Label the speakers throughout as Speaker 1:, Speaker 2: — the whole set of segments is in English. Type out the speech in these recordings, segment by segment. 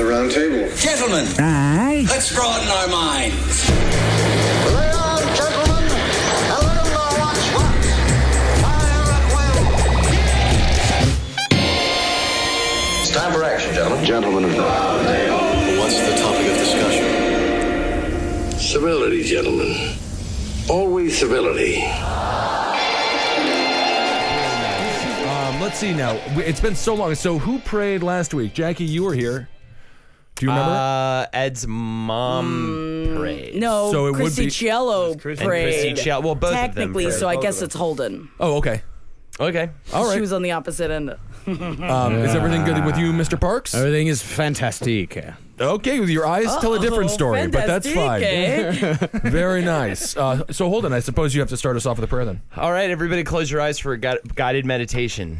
Speaker 1: round table.
Speaker 2: Gentlemen,
Speaker 3: Aye.
Speaker 2: let's broaden our minds.
Speaker 4: Lay on, gentlemen, and let 'em know what's what. Fire at will. It's time for action, gentlemen.
Speaker 1: Gentlemen of
Speaker 5: What's the topic of discussion?
Speaker 6: Civility, gentlemen. Always civility.
Speaker 7: Um, let's see now. W- It's been so long. So who prayed last week? Jackie, you were here. Do you remember?
Speaker 8: Uh, Ed's mom prayed.
Speaker 9: Mm, No,
Speaker 7: So it would
Speaker 9: Chrissy
Speaker 7: be-
Speaker 9: Cielo
Speaker 8: And Chrissy
Speaker 9: prayed.
Speaker 8: Chow. Well, both
Speaker 9: Technically,
Speaker 8: of them.
Speaker 9: so I guess it's Holden.
Speaker 7: oh, okay.
Speaker 8: So okay.
Speaker 7: All
Speaker 9: She
Speaker 7: right.
Speaker 9: was on the opposite end.
Speaker 7: Um, Is everything good with you, Mr. Parks?
Speaker 3: Everything is fantastic.
Speaker 7: Okay, with your eyes tell a different story, but that's fine.
Speaker 9: Fantastique, eh?
Speaker 7: Very nice. Uh, so hold on. I suppose you have to start us off with a prayer then.
Speaker 8: All right, everybody, close your eyes for a gui- guided meditation.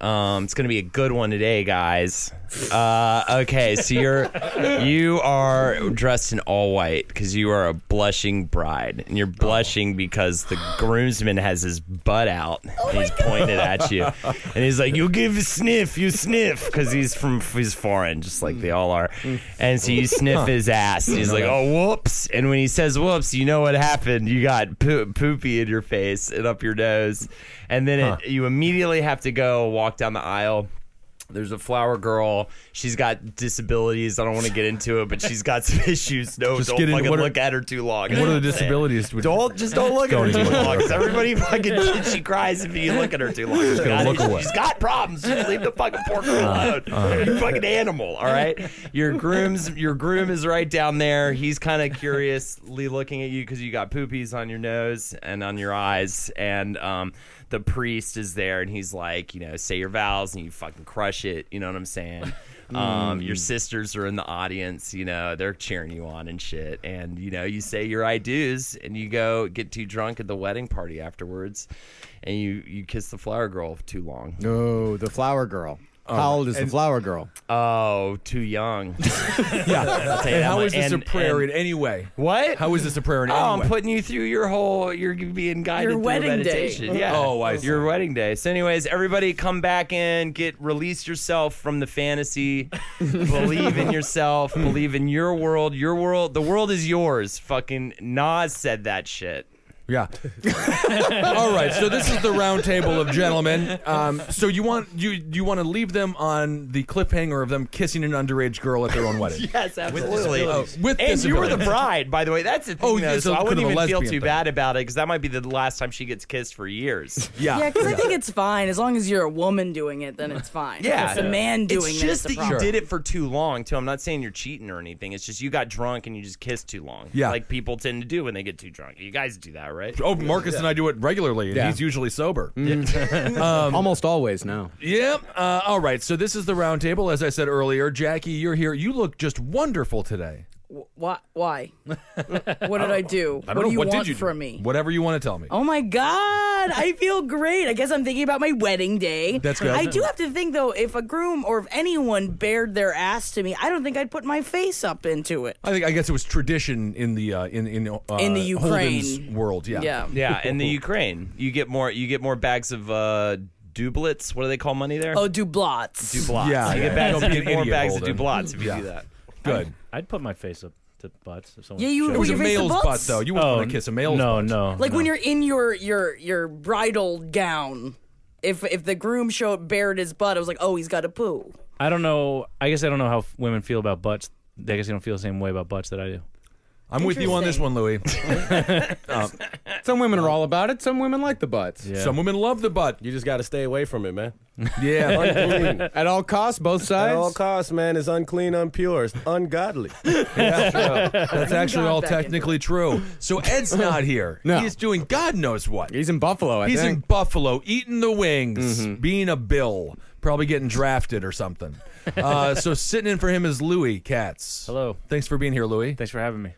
Speaker 8: Um, it's gonna be a good one today, guys. Uh, okay, so you're you are dressed in all white because you are a blushing bride, and you're blushing because the groomsman has his butt out and he's pointed at you, and he's like, "You give a sniff, you sniff," because he's from he's foreign, just like they all are, and so you sniff his ass, and he's like, "Oh, whoops!" And when he says "whoops," you know what happened. You got poo- poopy in your face and up your nose, and then it, you immediately have to go walk down the aisle. There's a flower girl. She's got disabilities. I don't want to get into it, but she's got some issues. No,
Speaker 7: Just
Speaker 8: don't
Speaker 7: get in-
Speaker 8: fucking
Speaker 7: what are-
Speaker 8: look at her too long.
Speaker 7: What are the disabilities? Would
Speaker 8: Don't just don't look at her
Speaker 7: Don't
Speaker 8: too
Speaker 7: even look
Speaker 8: long.
Speaker 7: at her.
Speaker 8: 'cause everybody fucking she cries if you look at her too long. She's
Speaker 7: gonna
Speaker 8: got
Speaker 7: look
Speaker 8: issues.
Speaker 7: away.
Speaker 8: She's got problems. Just leave the fucking poor girl alone. You fucking animal. All right. Your groom's your groom is right down there. He's kind of curiously looking at you because you got poopies on your nose and on your eyes. And um, the priest is there and he's like, you know, say your vows and you fucking crush it. You know what I'm saying? Um, Your sisters are in the audience, you know, they're cheering you on and shit. And, you know, you say your I do's and you go get too drunk at the wedding party afterwards and you, you kiss the flower girl too long.
Speaker 6: Oh, the flower girl. How old is the flower girl?
Speaker 8: Oh, too young.
Speaker 7: yeah. And
Speaker 8: Say that
Speaker 7: how
Speaker 8: one.
Speaker 7: is this
Speaker 8: And-
Speaker 7: a prayer
Speaker 8: and-
Speaker 7: in any way?
Speaker 8: what?
Speaker 7: How is this a prayer in
Speaker 8: Oh,
Speaker 7: any
Speaker 8: I'm
Speaker 7: way?
Speaker 8: putting you through your whole. You're being guided
Speaker 9: Your
Speaker 8: through
Speaker 9: wedding day.
Speaker 8: meditation. Yeah.
Speaker 7: Oh, I see.
Speaker 8: Your wedding day. So, anyways, everybody, come back in. Get release yourself from the fantasy. believe in yourself. Believe in your world. Your world. The world is yours. Fucking Nas said that shit.
Speaker 7: Yeah. All right. So this is the round table of gentlemen. Um, so you want you you want to leave them on the cliffhanger of them kissing an underage girl at their own wedding.
Speaker 8: Yes, absolutely.
Speaker 7: disabilities. Oh, with
Speaker 8: and you were the
Speaker 7: disabilities.
Speaker 8: bride, by the way. That's the thing,
Speaker 7: Oh,
Speaker 8: though,
Speaker 7: yeah, so
Speaker 8: so I
Speaker 7: kind
Speaker 8: wouldn't
Speaker 7: of a
Speaker 8: even feel
Speaker 7: lesbian
Speaker 8: too
Speaker 7: thing.
Speaker 8: bad about it because that might be the last time she gets kissed for years.
Speaker 7: Yeah.
Speaker 9: Yeah, because I think it's fine as long as you're a woman doing it. Then it's fine.
Speaker 8: Yeah,
Speaker 9: if it's a man doing
Speaker 8: It's
Speaker 9: it.
Speaker 8: just
Speaker 9: it's a
Speaker 8: that you
Speaker 9: problem.
Speaker 8: did it for too long. Too. I'm not saying you're cheating or anything. It's just you got drunk and you just kissed too long.
Speaker 7: Yeah.
Speaker 8: like people tend to do when they get too drunk. You guys do that, right?
Speaker 7: Oh, Marcus and I do it regularly, and
Speaker 6: Yeah.
Speaker 7: he's usually sober.
Speaker 8: Mm-hmm.
Speaker 7: Um,
Speaker 6: Almost always now.
Speaker 7: Yep. Uh, all right. So this is the round table. As I said earlier, Jackie, you're here. You look just wonderful today.
Speaker 9: Why? Why? what did I do?
Speaker 7: I don't
Speaker 9: what
Speaker 7: know
Speaker 9: do you
Speaker 7: what
Speaker 9: want
Speaker 7: did you do?
Speaker 9: from me?
Speaker 7: Whatever you want to tell me.
Speaker 9: Oh my God, I feel great. I guess I'm thinking about my wedding day.
Speaker 7: That's good.
Speaker 9: I do have to think, though, if a groom or if anyone bared their ass to me, I don't think I'd put my face up into it.
Speaker 7: I think I guess it was tradition in the uh, in in uh,
Speaker 9: In the Ukraine.
Speaker 7: Holden's world. Yeah.
Speaker 9: Yeah.
Speaker 8: Yeah, in the Ukraine, you get more. You get more bags of uh, dublets. What do they call money there?
Speaker 9: Oh, dublots.
Speaker 8: dublots.
Speaker 7: Yeah,
Speaker 8: you
Speaker 7: yeah.
Speaker 8: get, bags,
Speaker 7: Don't be
Speaker 8: you
Speaker 7: an
Speaker 8: get more
Speaker 7: idiot,
Speaker 8: bags
Speaker 7: Holden.
Speaker 8: of dublets if you do that.
Speaker 7: Good.
Speaker 10: I'd put my face up to butts if someone. Oh,
Speaker 9: Yeah, you-
Speaker 7: It
Speaker 9: Will
Speaker 7: was a
Speaker 9: raise the
Speaker 7: male's
Speaker 9: butts?
Speaker 7: butt, though. You wouldn't
Speaker 8: Oh,
Speaker 7: want to kiss a male's
Speaker 10: No,
Speaker 7: butt.
Speaker 10: no.
Speaker 9: like when you're in your your your bridal gown. If if the groom showed bared his butt, I was like, oh, he's got a poo.
Speaker 10: I don't know. I guess I don't know how f- women feel about butts. I guess they don't feel the same way about butts that I do.
Speaker 7: I'm with you on this
Speaker 9: Interesting.
Speaker 7: one, Louis.
Speaker 6: Some women are all about it. Some women like the butts.
Speaker 10: Yeah.
Speaker 7: Some women love the butt.
Speaker 5: You just got to stay away from it, man.
Speaker 7: Yeah.
Speaker 5: Unclean.
Speaker 6: At all costs, both sides.
Speaker 5: At all costs, man, it's unclean, unpure, it's ungodly.
Speaker 7: That's actually
Speaker 9: got
Speaker 7: all
Speaker 9: back into
Speaker 7: technically true. So Ed's not here.
Speaker 6: No.
Speaker 7: He's doing God knows what.
Speaker 6: He's in Buffalo. I
Speaker 7: He's in
Speaker 6: think.
Speaker 7: Buffalo eating the wings, being a Bill, probably getting drafted or something. Uh, so sitting in for him is Louis Katz.
Speaker 10: Hello.
Speaker 7: Thanks for being here, Louis.
Speaker 10: Thanks for having me.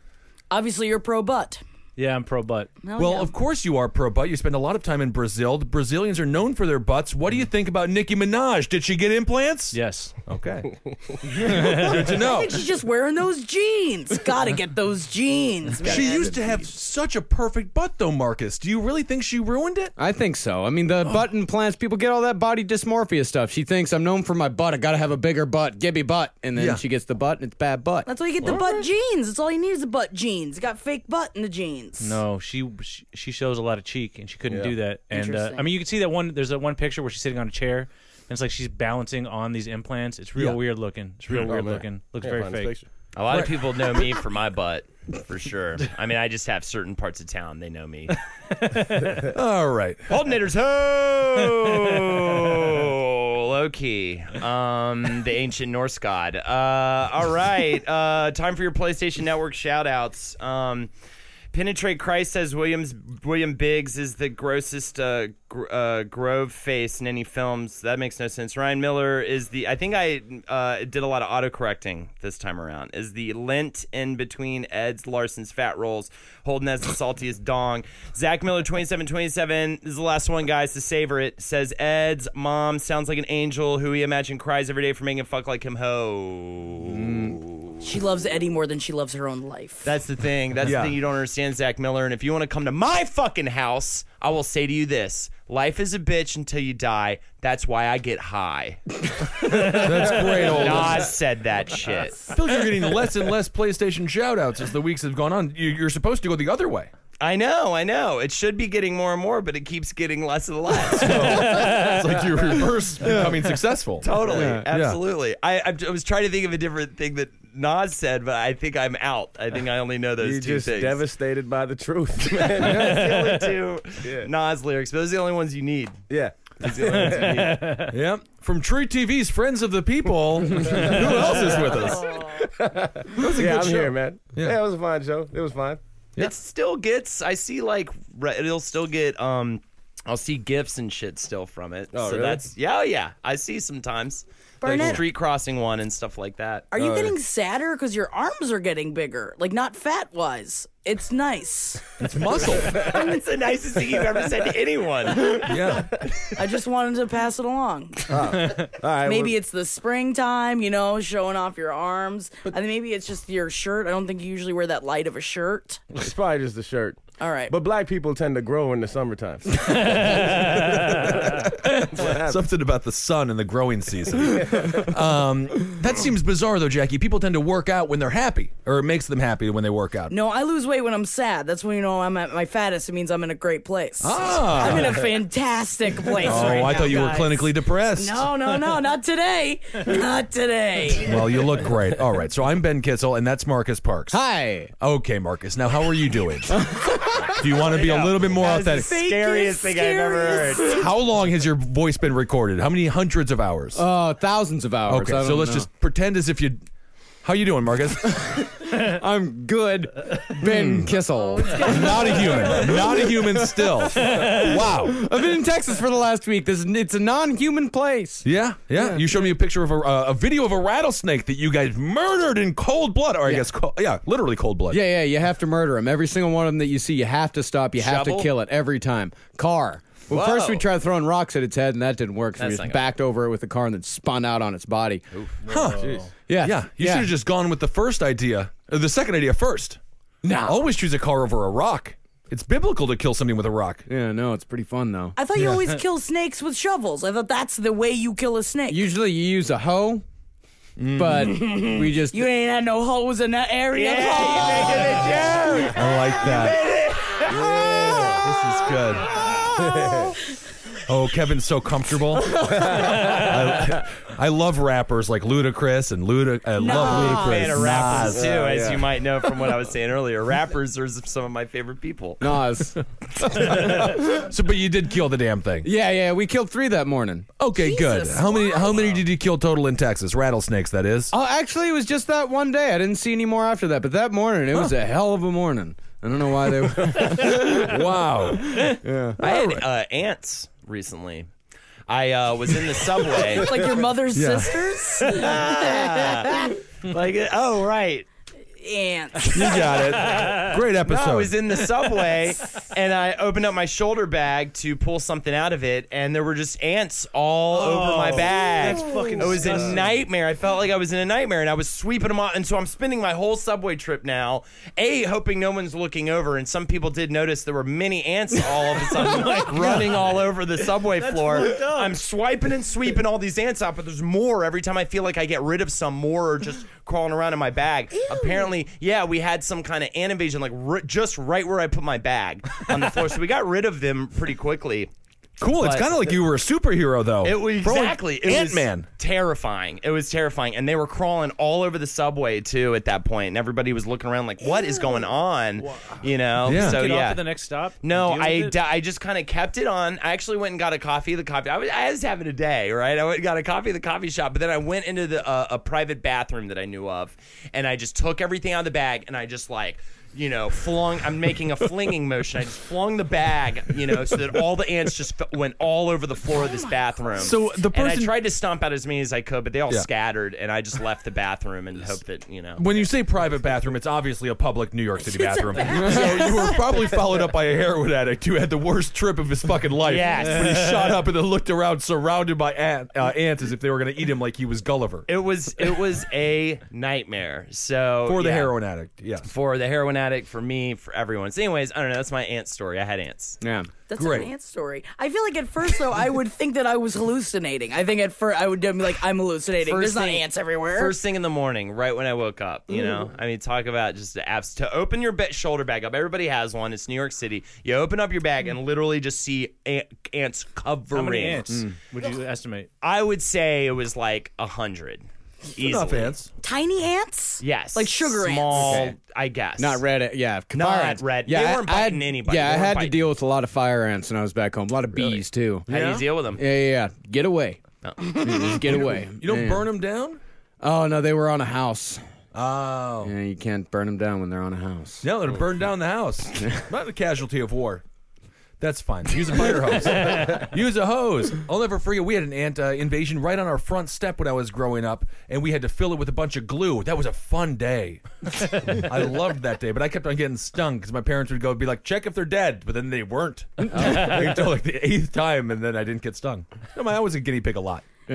Speaker 9: Obviously, you're pro butt.
Speaker 10: Yeah, I'm pro butt.
Speaker 9: Hell
Speaker 7: well,
Speaker 9: Oh, yeah.
Speaker 7: of course you are pro butt. You spend a lot of time in Brazil. The Brazilians are known for their butts. What do you think about Nicki Minaj? Did she get implants?
Speaker 10: Yes.
Speaker 7: Okay. Good to know.
Speaker 9: She's just wearing those jeans. Gotta get those jeans, man.
Speaker 7: She used to have such a perfect butt, though, Marcus. Do you really think she ruined it?
Speaker 6: I think so. I mean, the
Speaker 7: Oh.
Speaker 6: butt implants, people get all that body dysmorphia stuff. She thinks, I'm known for my butt. I got to have a bigger butt. Give me butt. And then
Speaker 7: Yeah.
Speaker 6: she gets the butt, and it's bad butt.
Speaker 9: That's why you get the butt jeans. That's all you need is the butt jeans. You got fake butt in the jeans.
Speaker 10: No, she she- she shows a lot of cheek, and she couldn't do that. And uh,
Speaker 9: Interesting.
Speaker 10: I mean, you can see that one. There's that one picture where she's sitting on a chair, and it's like she's balancing on these implants. It's real
Speaker 7: Yeah.
Speaker 10: weird looking. It's real
Speaker 5: Oh,
Speaker 10: weird
Speaker 5: man.
Speaker 10: looking. Looks
Speaker 5: Can't
Speaker 10: very
Speaker 5: find this
Speaker 10: fake.
Speaker 5: picture.
Speaker 8: A lot of people know me for my butt, for sure. I mean, I just have certain parts of town they know me.
Speaker 7: All right.
Speaker 8: Alternators, ho! Low key. Um, the ancient Norse god. Uh, all right. Uh, time for your PlayStation Network shout outs. Um, Penetrate Christ says Williams William Biggs is the grossest uh, gr- uh, Grove face in any films. That makes no sense. Ryan Miller is the I think I uh, did a lot of auto correcting this time around. Is the lint in between Ed's Larson's fat rolls holding as the saltiest dong. Zach Miller twenty seven twenty seven is the last one guys to savor it. Says Ed's mom sounds like an angel who he imagined cries every day for making a fuck like him ho.
Speaker 9: She loves Eddie more than she loves her own life.
Speaker 8: That's the thing. That's
Speaker 7: Yeah.
Speaker 8: the thing you don't understand, Zach Miller. And if you want to come to my fucking house, I will say to you this life is a bitch until you die. That's why I get high.
Speaker 7: That's great, old.
Speaker 8: Nas said that
Speaker 7: I
Speaker 8: shit.
Speaker 7: feel like you're getting less and less PlayStation shout outs as the weeks have gone on. You- You're supposed to go the other way.
Speaker 8: I know, I know. It should be getting more and more, but it keeps getting less and less.
Speaker 7: It's like you reverse becoming successful.
Speaker 8: totally.
Speaker 7: Yeah.
Speaker 8: Absolutely. I, I, I was trying to think of a different thing that Nas said, but I think I'm out. I think I only know those
Speaker 5: You
Speaker 8: two
Speaker 5: just
Speaker 8: things.
Speaker 5: devastated by the truth, man.
Speaker 8: That's the only two Nas lyrics. Those are the only ones you need.
Speaker 5: yeah.
Speaker 7: Yeah. From Tree TV's Friends of the People. Who else is with us? That was a good
Speaker 5: Yeah, I'm
Speaker 7: show.
Speaker 5: here, man.
Speaker 7: Yeah.
Speaker 5: Yeah. it was a fine show. It was fine.
Speaker 8: It still gets. I see like re- it'll still get. Um, I'll see gifts and shit still from it.
Speaker 5: Oh,
Speaker 8: so
Speaker 5: really?
Speaker 8: that's yeah, oh, yeah. I see sometimes like
Speaker 9: Barnett-
Speaker 8: street crossing one and stuff like that.
Speaker 9: Are you getting sadder because your arms are getting bigger? Like not fat wise. It's nice.
Speaker 7: It's muscle.
Speaker 8: That's the nicest thing you've ever said to anyone.
Speaker 7: Yeah.
Speaker 9: I just wanted to pass it along.
Speaker 5: All right.
Speaker 9: Maybe
Speaker 5: well,
Speaker 9: it's the springtime, you know, showing off your arms. I think maybe it's just your shirt. I don't think you usually wear that light of a shirt.
Speaker 5: it's probably just the shirt.
Speaker 9: All right.
Speaker 5: But black people tend to grow in the summertime.
Speaker 7: Something about the sun and the growing season. um, that seems bizarre, though, Jackie. People tend to work out when they're happy, or it makes them happy when they work out.
Speaker 9: no, I lose weight when I'm sad. That's when you know I'm at my fattest. It means I'm in a great place.
Speaker 7: Ah.
Speaker 9: I'm in a fantastic place.
Speaker 7: Oh,
Speaker 9: right
Speaker 7: I
Speaker 9: now,
Speaker 7: thought you
Speaker 9: guys.
Speaker 7: were clinically depressed.
Speaker 9: No, no, no, not today. Not today.
Speaker 7: Well, you look great. All right, so I'm Ben Kitzel, and that's Marcus Parks.
Speaker 6: Hi.
Speaker 7: Okay, Marcus. Now, how are you doing? Do you want to be a little bit more authentic?
Speaker 8: Scariest thing I've ever heard.
Speaker 7: How long has your voice been recorded? How many hundreds of hours?
Speaker 6: Uh, thousands of hours.
Speaker 7: okay,
Speaker 6: I
Speaker 7: so
Speaker 6: don't
Speaker 7: let's
Speaker 6: know.
Speaker 7: just pretend as if you. How you doing, Marcus?
Speaker 6: I'm good. Ben
Speaker 7: Hmm.
Speaker 6: Kissel.
Speaker 7: Oh, not a human. Not a human. Still. Wow.
Speaker 6: I've been in Texas for the last week. This it's a non-human place.
Speaker 7: Yeah, yeah. You showed me a picture of a, uh, a video of a rattlesnake that you guys murdered in cold blood. Or I guess, co- yeah, literally cold blood.
Speaker 6: Yeah, yeah. You have to murder him. Every single one of them that you see, you have to stop. You have
Speaker 8: Shovel?
Speaker 6: to kill it every time. Car. Well,
Speaker 8: Whoa.
Speaker 6: first we tried throwing rocks at its head, and that didn't work. So
Speaker 8: That's
Speaker 6: we
Speaker 8: not
Speaker 6: just
Speaker 8: gonna
Speaker 6: backed over it with the car and then spun out on its body.
Speaker 7: Huh.
Speaker 6: Yeah,
Speaker 7: Oh, Yeah. You should have just gone with the first idea, or the second idea first.
Speaker 6: Nah.
Speaker 8: Oh.
Speaker 7: Always choose a car over a rock. It's biblical to kill something with a rock.
Speaker 6: Yeah, no, it's pretty fun though.
Speaker 9: I thought you always kill snakes with shovels. I thought that's the way you kill a snake. You,
Speaker 6: Usually you use a hoe,
Speaker 8: Mm.
Speaker 6: but we just
Speaker 9: ain't had no hoes in that area. Paul.
Speaker 7: I like that. This is good. Oh, Kevin's so comfortable. I, I love rappers like Ludacris and Luda. I love Ludacris.
Speaker 8: Fan of rappers
Speaker 7: Nas.
Speaker 8: too, as
Speaker 5: yeah.
Speaker 8: you might know from what I was saying earlier. Rappers are some of my favorite people.
Speaker 6: Nas.
Speaker 7: So, but you did kill the damn thing.
Speaker 6: Yeah, yeah, we killed three that morning.
Speaker 7: Okay, good. How many? How many did you kill total in Texas? Rattlesnakes, that is.
Speaker 6: Oh, actually, it was just that one day. I didn't see any more after that. But that morning, it was a hell of a morning. I don't know why they.
Speaker 7: Wow.
Speaker 8: I had uh, ants recently. I uh, was in the subway.
Speaker 9: Like your mother's
Speaker 7: Yeah.
Speaker 9: sisters?
Speaker 8: like, oh right.
Speaker 9: ants.
Speaker 8: You got
Speaker 7: Great episode.
Speaker 8: I was in the subway and I opened up my shoulder bag to pull something out of it, and there were just ants all over my bag.
Speaker 10: Oh, that's fucking
Speaker 8: It was a
Speaker 10: disgusting.
Speaker 8: nightmare. I felt like I was in a nightmare, and I was sweeping them off. And so I'm spending my whole subway trip now, a hoping no one's looking over. And some people did notice there were many ants all of a
Speaker 10: Oh
Speaker 8: sudden running all over the subway floor. I'm swiping and sweeping all these ants out, but there's more every time I feel like I get rid of some more or just crawling around in my bag. Apparently, yeah, we had some kind of ant invasion, like ri- just right where I put my bag on the floor. so we got rid of them pretty quickly.
Speaker 7: cool. It's
Speaker 8: But-
Speaker 7: kind of like you were a superhero, though.
Speaker 8: It was
Speaker 7: Throwing
Speaker 8: exactly it was
Speaker 7: Ant-Man.
Speaker 8: Terrifying. It was terrifying, and they were crawling all over the subway too at that point, and everybody was looking around like, "What is going on?" You know.
Speaker 7: Yeah.
Speaker 8: So
Speaker 7: Get
Speaker 10: Get
Speaker 8: yeah.
Speaker 10: off at the next stop.
Speaker 8: no,
Speaker 10: deal with
Speaker 8: I,
Speaker 10: it.
Speaker 8: d- I just kind of kept it on. I actually went and got a coffee. The coffee I was, I was having a day, right? I went and got a coffee at the coffee shop, but then I went into the uh, a private bathroom that I knew of, and I just took everything out of the bag and I just like, you know, flung. I'm making a flinging motion. I just flung the bag, you know, so that all the ants just f- went all over the floor of this bathroom.
Speaker 7: So the
Speaker 8: and I
Speaker 7: person-
Speaker 8: tried to stomp out as many as I could, but they all
Speaker 7: Yeah.
Speaker 8: scattered, and I just left the bathroom and hoped that you know.
Speaker 7: When you say private bathroom, it's obviously a public New York City bathroom. so you were probably followed up by a heroin addict who had the worst trip of his fucking life.
Speaker 8: Yes.
Speaker 7: When he shot up and then looked around surrounded by ant, uh, ants as if they were going to eat him like he was Gulliver.
Speaker 8: It was it was a nightmare. So
Speaker 7: For the
Speaker 8: Oh, yeah.
Speaker 7: heroin addict, yes.
Speaker 8: for the heroin addict, for me, for everyone. So, anyways, I don't know. That's my aunt's story. I had ants.
Speaker 6: Yeah.
Speaker 9: That's
Speaker 7: Great.
Speaker 9: an ant story. I feel like at first though, I would think that I was hallucinating. I think at first I would be like, I'm hallucinating. There's not ants everywhere.
Speaker 8: First thing in the morning, right when I woke up. You know, I mean, talk about just the abs to open your ba- shoulder bag up. Everybody has one. It's New York City. You open up your bag and literally just see a- ants covering. Mm.
Speaker 10: How many
Speaker 7: Mm.
Speaker 10: ants would you estimate?
Speaker 8: I would say it was like a hundred.
Speaker 7: Enough
Speaker 8: Easily.
Speaker 7: ants.
Speaker 9: Tiny ants?
Speaker 8: Yes.
Speaker 9: Like sugar ants.
Speaker 8: Small, I guess.
Speaker 6: Not red. ant- Yeah.
Speaker 8: Not
Speaker 6: fire ants.
Speaker 8: red.
Speaker 6: Yeah,
Speaker 8: They
Speaker 6: I-
Speaker 8: weren't
Speaker 6: I had-
Speaker 8: biting anybody.
Speaker 6: Yeah,
Speaker 8: They
Speaker 6: I
Speaker 8: weren't
Speaker 6: had
Speaker 8: biting.
Speaker 6: to deal with a lot of fire ants when I was back home. A lot of bees too.
Speaker 8: How
Speaker 6: Yeah,
Speaker 8: do you deal with them?
Speaker 6: yeah, yeah. Get away. Just get away.
Speaker 7: You don't
Speaker 6: Yeah.
Speaker 7: burn them down?
Speaker 6: Oh no, they were on a house.
Speaker 7: Oh.
Speaker 6: Yeah, you can't burn them down when they're on a house.
Speaker 7: No, it'll burn down the house. Not the casualty of war. That's fine. Use a fire hose. Use a hose. I'll never forget. We had an ant uh, invasion right on our front step when I was growing up, and we had to fill it with a bunch of glue. That was a fun day. I loved that day, but I kept on getting stung because my parents would go be like, "Check if they're dead," but then they weren't until like the eighth time, and then I didn't get stung. No, man, I was a guinea pig a lot.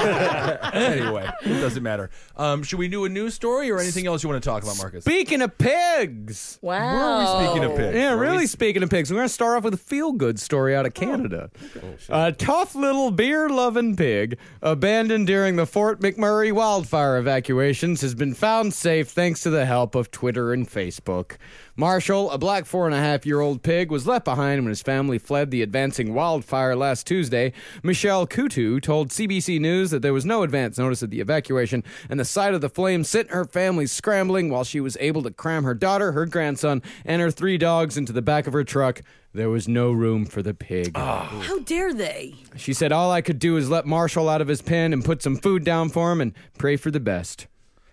Speaker 7: anyway, it doesn't matter. Um, should we do a news story or anything else you want to talk about, Marcus?
Speaker 6: Speaking of pigs.
Speaker 9: Wow.
Speaker 7: Speaking of pigs.
Speaker 6: Yeah, really. Speaking of pigs, we're going to start off with a feel good story out of Canada. a tough little beer loving pig abandoned during the Fort McMurray wildfire evacuations has been found safe thanks to the help of Twitter and Facebook. Marshall, a black four and a half year old pig, was left behind when his family fled the advancing wildfire last Tuesday. Michelle Kutu told CBC News that there was no advance notice of the evacuation, and the sight of the flame sent her family scrambling while she was able to cram her daughter, her grandson, and her three dogs into the back of her truck. There was no room for the pig.
Speaker 9: How dare they?
Speaker 6: She said, All I could do is let Marshall out of his pen and put some food down for him and pray for the best.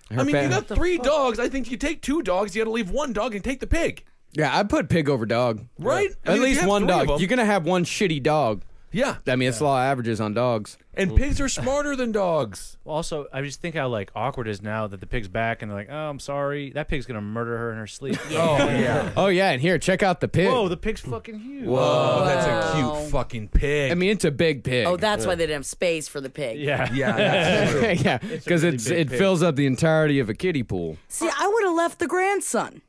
Speaker 6: Her
Speaker 7: I mean, you
Speaker 6: fam-
Speaker 7: got three dogs. I think you take two dogs. You got to leave one dog and take the pig,
Speaker 6: yeah, I put pig over dog.
Speaker 7: right? I mean,
Speaker 6: At
Speaker 7: if you
Speaker 6: least
Speaker 7: have
Speaker 6: one
Speaker 7: three of
Speaker 6: dog.
Speaker 7: them-
Speaker 6: You're going to have one shitty dog.
Speaker 7: yeah,
Speaker 6: I mean, it's law averages on dogs.
Speaker 7: and pigs are smarter than dogs.
Speaker 10: Also, I just think how like awkward it is now that the pig's back and they're like, "Oh, I'm sorry, that pig's gonna murder her in her sleep."
Speaker 7: Oh yeah.
Speaker 6: Oh, yeah, and here, check out the pig.
Speaker 10: Whoa, the pig's fucking huge.
Speaker 7: Whoa, Oh, that's a cute fucking pig.
Speaker 6: I mean, it's a big pig.
Speaker 9: Oh, that's why they didn't have space for the pig.
Speaker 10: Yeah.
Speaker 7: yeah, that's true.
Speaker 6: yeah, because
Speaker 10: really
Speaker 6: it's
Speaker 10: big
Speaker 6: it
Speaker 10: pig.
Speaker 6: fills up the entirety of a kiddie pool.
Speaker 9: See, I would have left the grandson.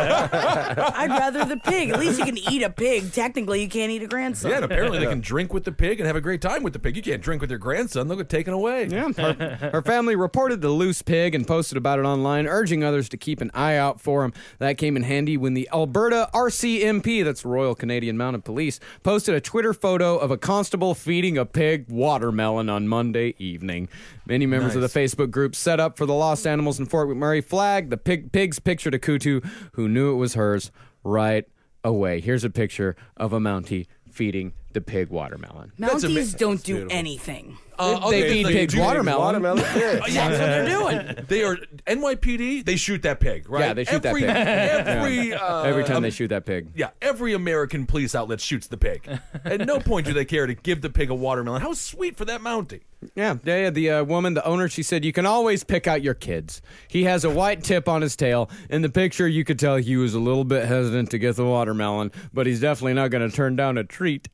Speaker 9: I'd rather the pig. At least you can eat a pig. Technically, you can't eat a grandson.
Speaker 7: Yeah, and apparently they can drink with the pig and have a great time with the pig. You can't drink with your grandson; they'll get taken away.
Speaker 6: Yeah. Her, her family reported the loose pig and posted about it online, urging others to keep an eye out for him. That came in handy when the Alberta RCMP, that's Royal Canadian Mounted Police, posted a Twitter photo of a constable feeding a pig watermelon on Monday evening. Many members of the Facebook group set up for the lost animals in Fort McMurray flagged the pig, pig's picture to Kutu, who knew it was hers right away. Here's a picture of a Mountie feeding the the pig watermelon.
Speaker 7: That's ama-
Speaker 9: Mounties don't do anything.
Speaker 7: Uh, okay,
Speaker 6: they feed
Speaker 7: so
Speaker 6: pigs
Speaker 7: you Oh, do-
Speaker 6: watermelon.
Speaker 5: Watermelon. Yeah.
Speaker 9: That's what they're doing.
Speaker 7: They are NYPD. They shoot that pig, right?
Speaker 6: Yeah, they shoot that
Speaker 7: every,
Speaker 6: pig.
Speaker 7: Every uh,
Speaker 6: Every time
Speaker 7: um,
Speaker 6: they shoot that pig.
Speaker 7: Yeah, every American police outlet shoots the pig. At no point do they care to give the pig a watermelon. How sweet for that Mountie.
Speaker 6: Yeah, yeah, yeah, the uh, woman, the owner, she said, You can always pick out your kids. He has a white tip on his tail. In the picture, you could tell he was a little bit hesitant to get the watermelon, but he's definitely not going to turn down a treat.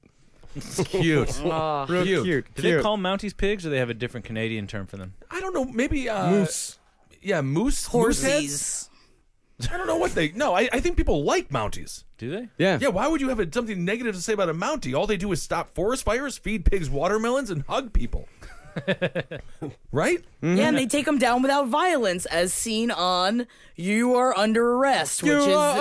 Speaker 7: Cute.
Speaker 8: Oh.
Speaker 6: Real
Speaker 7: Cute.
Speaker 6: cute.
Speaker 10: Do they call Mounties pigs, or they have a different Canadian term for them?
Speaker 7: I don't know. Maybe uh, moose. Yeah, moose. moose heads?
Speaker 9: Horses.
Speaker 7: I don't know what they. No, I, I think people like Mounties.
Speaker 10: Do they?
Speaker 6: Yeah.
Speaker 7: Yeah, why would you have a, something negative to say about a Mountie? All they do is stop forest fires, feed pigs watermelons, and hug people. right?
Speaker 9: Yeah, and they take them down without violence, as seen on "You Are Under Arrest," which is
Speaker 8: You are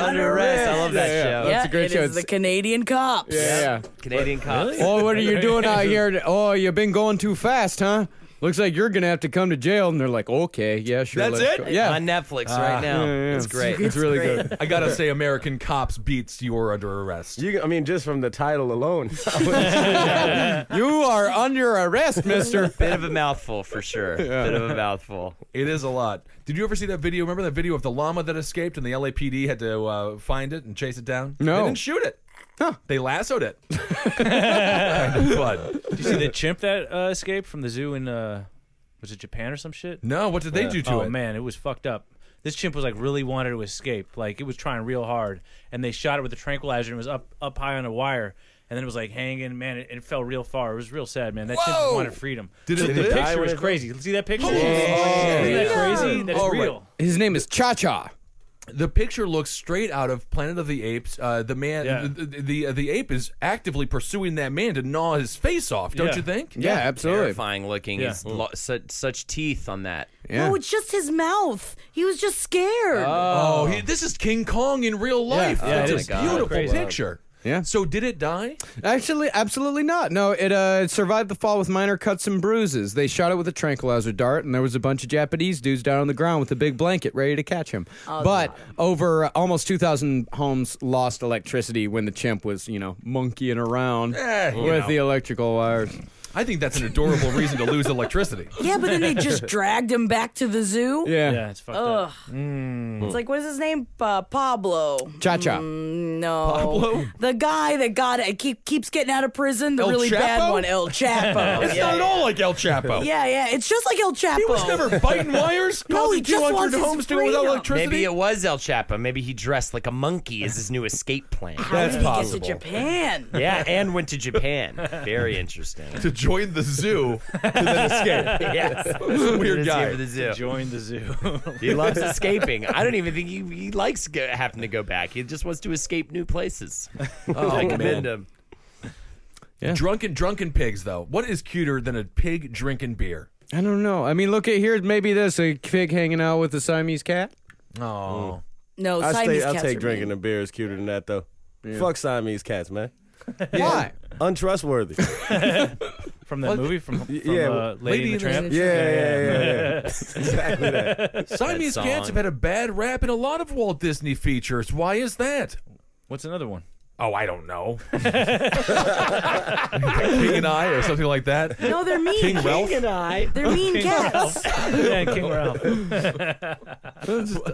Speaker 8: under arrest. I love that show.
Speaker 9: Yeah,
Speaker 6: That's a great
Speaker 9: it
Speaker 6: show.
Speaker 9: is the
Speaker 6: It's-
Speaker 9: Canadian cops.
Speaker 6: Yeah.
Speaker 8: Canadian cops.
Speaker 6: Oh, what are you doing out here? to- oh, you've been going too fast, huh? Looks like you're going to have to come to jail. And they're like, Okay, yeah, sure.
Speaker 7: That's
Speaker 6: let's
Speaker 7: it?
Speaker 6: go." Yeah.
Speaker 8: On Netflix right now. It's great.
Speaker 6: It's really good.
Speaker 7: I gotta say, American cops beats you are under arrest.
Speaker 5: You, I mean, just from the title alone.
Speaker 6: You are under arrest, mister.
Speaker 8: Bit of a mouthful for sure. Bit of a mouthful.
Speaker 7: It is a lot. Did you ever see that video? Remember that video of the llama that escaped and the LAPD had to uh, find it and chase it down?
Speaker 6: No.
Speaker 7: They didn't shoot it. They lassoed it. kind of fun.
Speaker 10: Did you see the chimp that uh, escaped from the zoo in uh, was it Japan or some shit?
Speaker 7: No, what did they do to
Speaker 10: oh
Speaker 7: it?
Speaker 10: man, it was fucked up. This chimp was like really wanted to escape, like it was trying real hard, and they shot it with a tranquilizer and it was up up high on a wire, and then it was like hanging. Man, it, it fell real far. It was real sad, man. That chimp just wanted freedom.
Speaker 7: Did
Speaker 10: So
Speaker 7: it
Speaker 10: the
Speaker 7: live?
Speaker 10: picture was crazy. See
Speaker 7: Oh,
Speaker 10: that picture?
Speaker 7: shit.
Speaker 10: Isn't that crazy? That's
Speaker 7: All right.
Speaker 10: real.
Speaker 6: His name is Cha Cha.
Speaker 7: The picture looks straight out of Planet of the Apes. Uh, the man,
Speaker 10: Yeah.
Speaker 7: the, the, the, uh, the ape is actively pursuing that man to gnaw his face off, don't
Speaker 10: Yeah.
Speaker 7: you think?
Speaker 6: Yeah, absolutely.
Speaker 8: Terrifying looking.
Speaker 10: Yeah.
Speaker 8: He's lo- such, such teeth on that.
Speaker 6: Yeah.
Speaker 9: No, Oh, it's just his mouth. He was just scared.
Speaker 7: Oh, he, this is King Kong in real life.
Speaker 8: Yeah,
Speaker 7: It's
Speaker 8: it
Speaker 7: a
Speaker 8: is. God,
Speaker 7: beautiful
Speaker 8: crazy.
Speaker 7: picture.
Speaker 6: Yeah.
Speaker 7: So did it die?
Speaker 6: Actually, absolutely not. No, it uh, it survived the fall with minor cuts and bruises. They shot it with a tranquilizer dart, and there was a bunch of Japanese dudes down on the ground with a big blanket ready to catch him. but over uh, almost 2,000 homes lost electricity when the chimp was, you know, monkeying around
Speaker 7: Eh, you
Speaker 6: with
Speaker 7: know.
Speaker 6: the electrical wires.
Speaker 7: I think that's an adorable reason to lose electricity.
Speaker 9: yeah, but then they just dragged him back to the zoo.
Speaker 6: Yeah.
Speaker 10: Yeah, it's fucked up.
Speaker 9: It's like, what is his name? Pa- Pablo.
Speaker 6: Cha cha.
Speaker 9: No.
Speaker 7: Pablo?
Speaker 9: The guy that got it keep, keeps getting out of prison, the
Speaker 7: El
Speaker 9: really
Speaker 7: Chapo?
Speaker 9: bad one, El Chapo.
Speaker 7: It's
Speaker 9: yeah,
Speaker 7: not at
Speaker 9: yeah.
Speaker 7: all like El Chapo.
Speaker 9: Yeah, yeah. It's just like El Chapo.
Speaker 7: He was never biting wires,
Speaker 9: No,
Speaker 7: causing
Speaker 9: he just
Speaker 7: 200
Speaker 9: wants his
Speaker 7: homes to go without
Speaker 9: freedom.
Speaker 7: electricity.
Speaker 8: Maybe it was El Chapo. Maybe he dressed like a monkey as his new escape plan.
Speaker 9: How
Speaker 7: That's
Speaker 9: did he
Speaker 7: possible.
Speaker 9: get to Japan?
Speaker 8: yeah, and went to Japan. Very interesting.
Speaker 7: to join the zoo to then escape.
Speaker 8: Yes.
Speaker 7: Weird
Speaker 8: He
Speaker 7: guy.
Speaker 8: was here for the zoo.
Speaker 10: Join the zoo.
Speaker 8: He loves escaping. I don't even think he, he likes go, having to go back. He just wants to escape new places. Oh, I commend him.
Speaker 7: Drunken, drunken pigs, though. What is cuter than a pig drinking beer?
Speaker 6: I don't know. I mean, look at here. Maybe there's a pig hanging out with a Siamese cat.
Speaker 7: Oh.
Speaker 9: No,
Speaker 5: I
Speaker 9: Siamese
Speaker 5: stay, I'll
Speaker 9: cats
Speaker 5: take
Speaker 9: are
Speaker 5: drinking
Speaker 9: mean.
Speaker 5: a beer is cuter than that, though. Fuck Siamese cats, man.
Speaker 6: Why?
Speaker 5: Untrustworthy.
Speaker 10: from that movie from, from
Speaker 5: Yeah,
Speaker 10: uh,
Speaker 7: Lady
Speaker 10: Lady, and the Tramp.
Speaker 7: and
Speaker 5: Yeah, yeah, yeah, yeah. exactly that.
Speaker 7: Siamese
Speaker 8: song.
Speaker 7: cats have had a bad rap in a lot of Walt Disney features. Why is that?
Speaker 10: What's another one?
Speaker 7: Oh, I don't know. King and I, or something like that.
Speaker 9: No, they're mean.
Speaker 7: King Ralph.
Speaker 9: They're mean cats.
Speaker 10: yeah, King Ralph.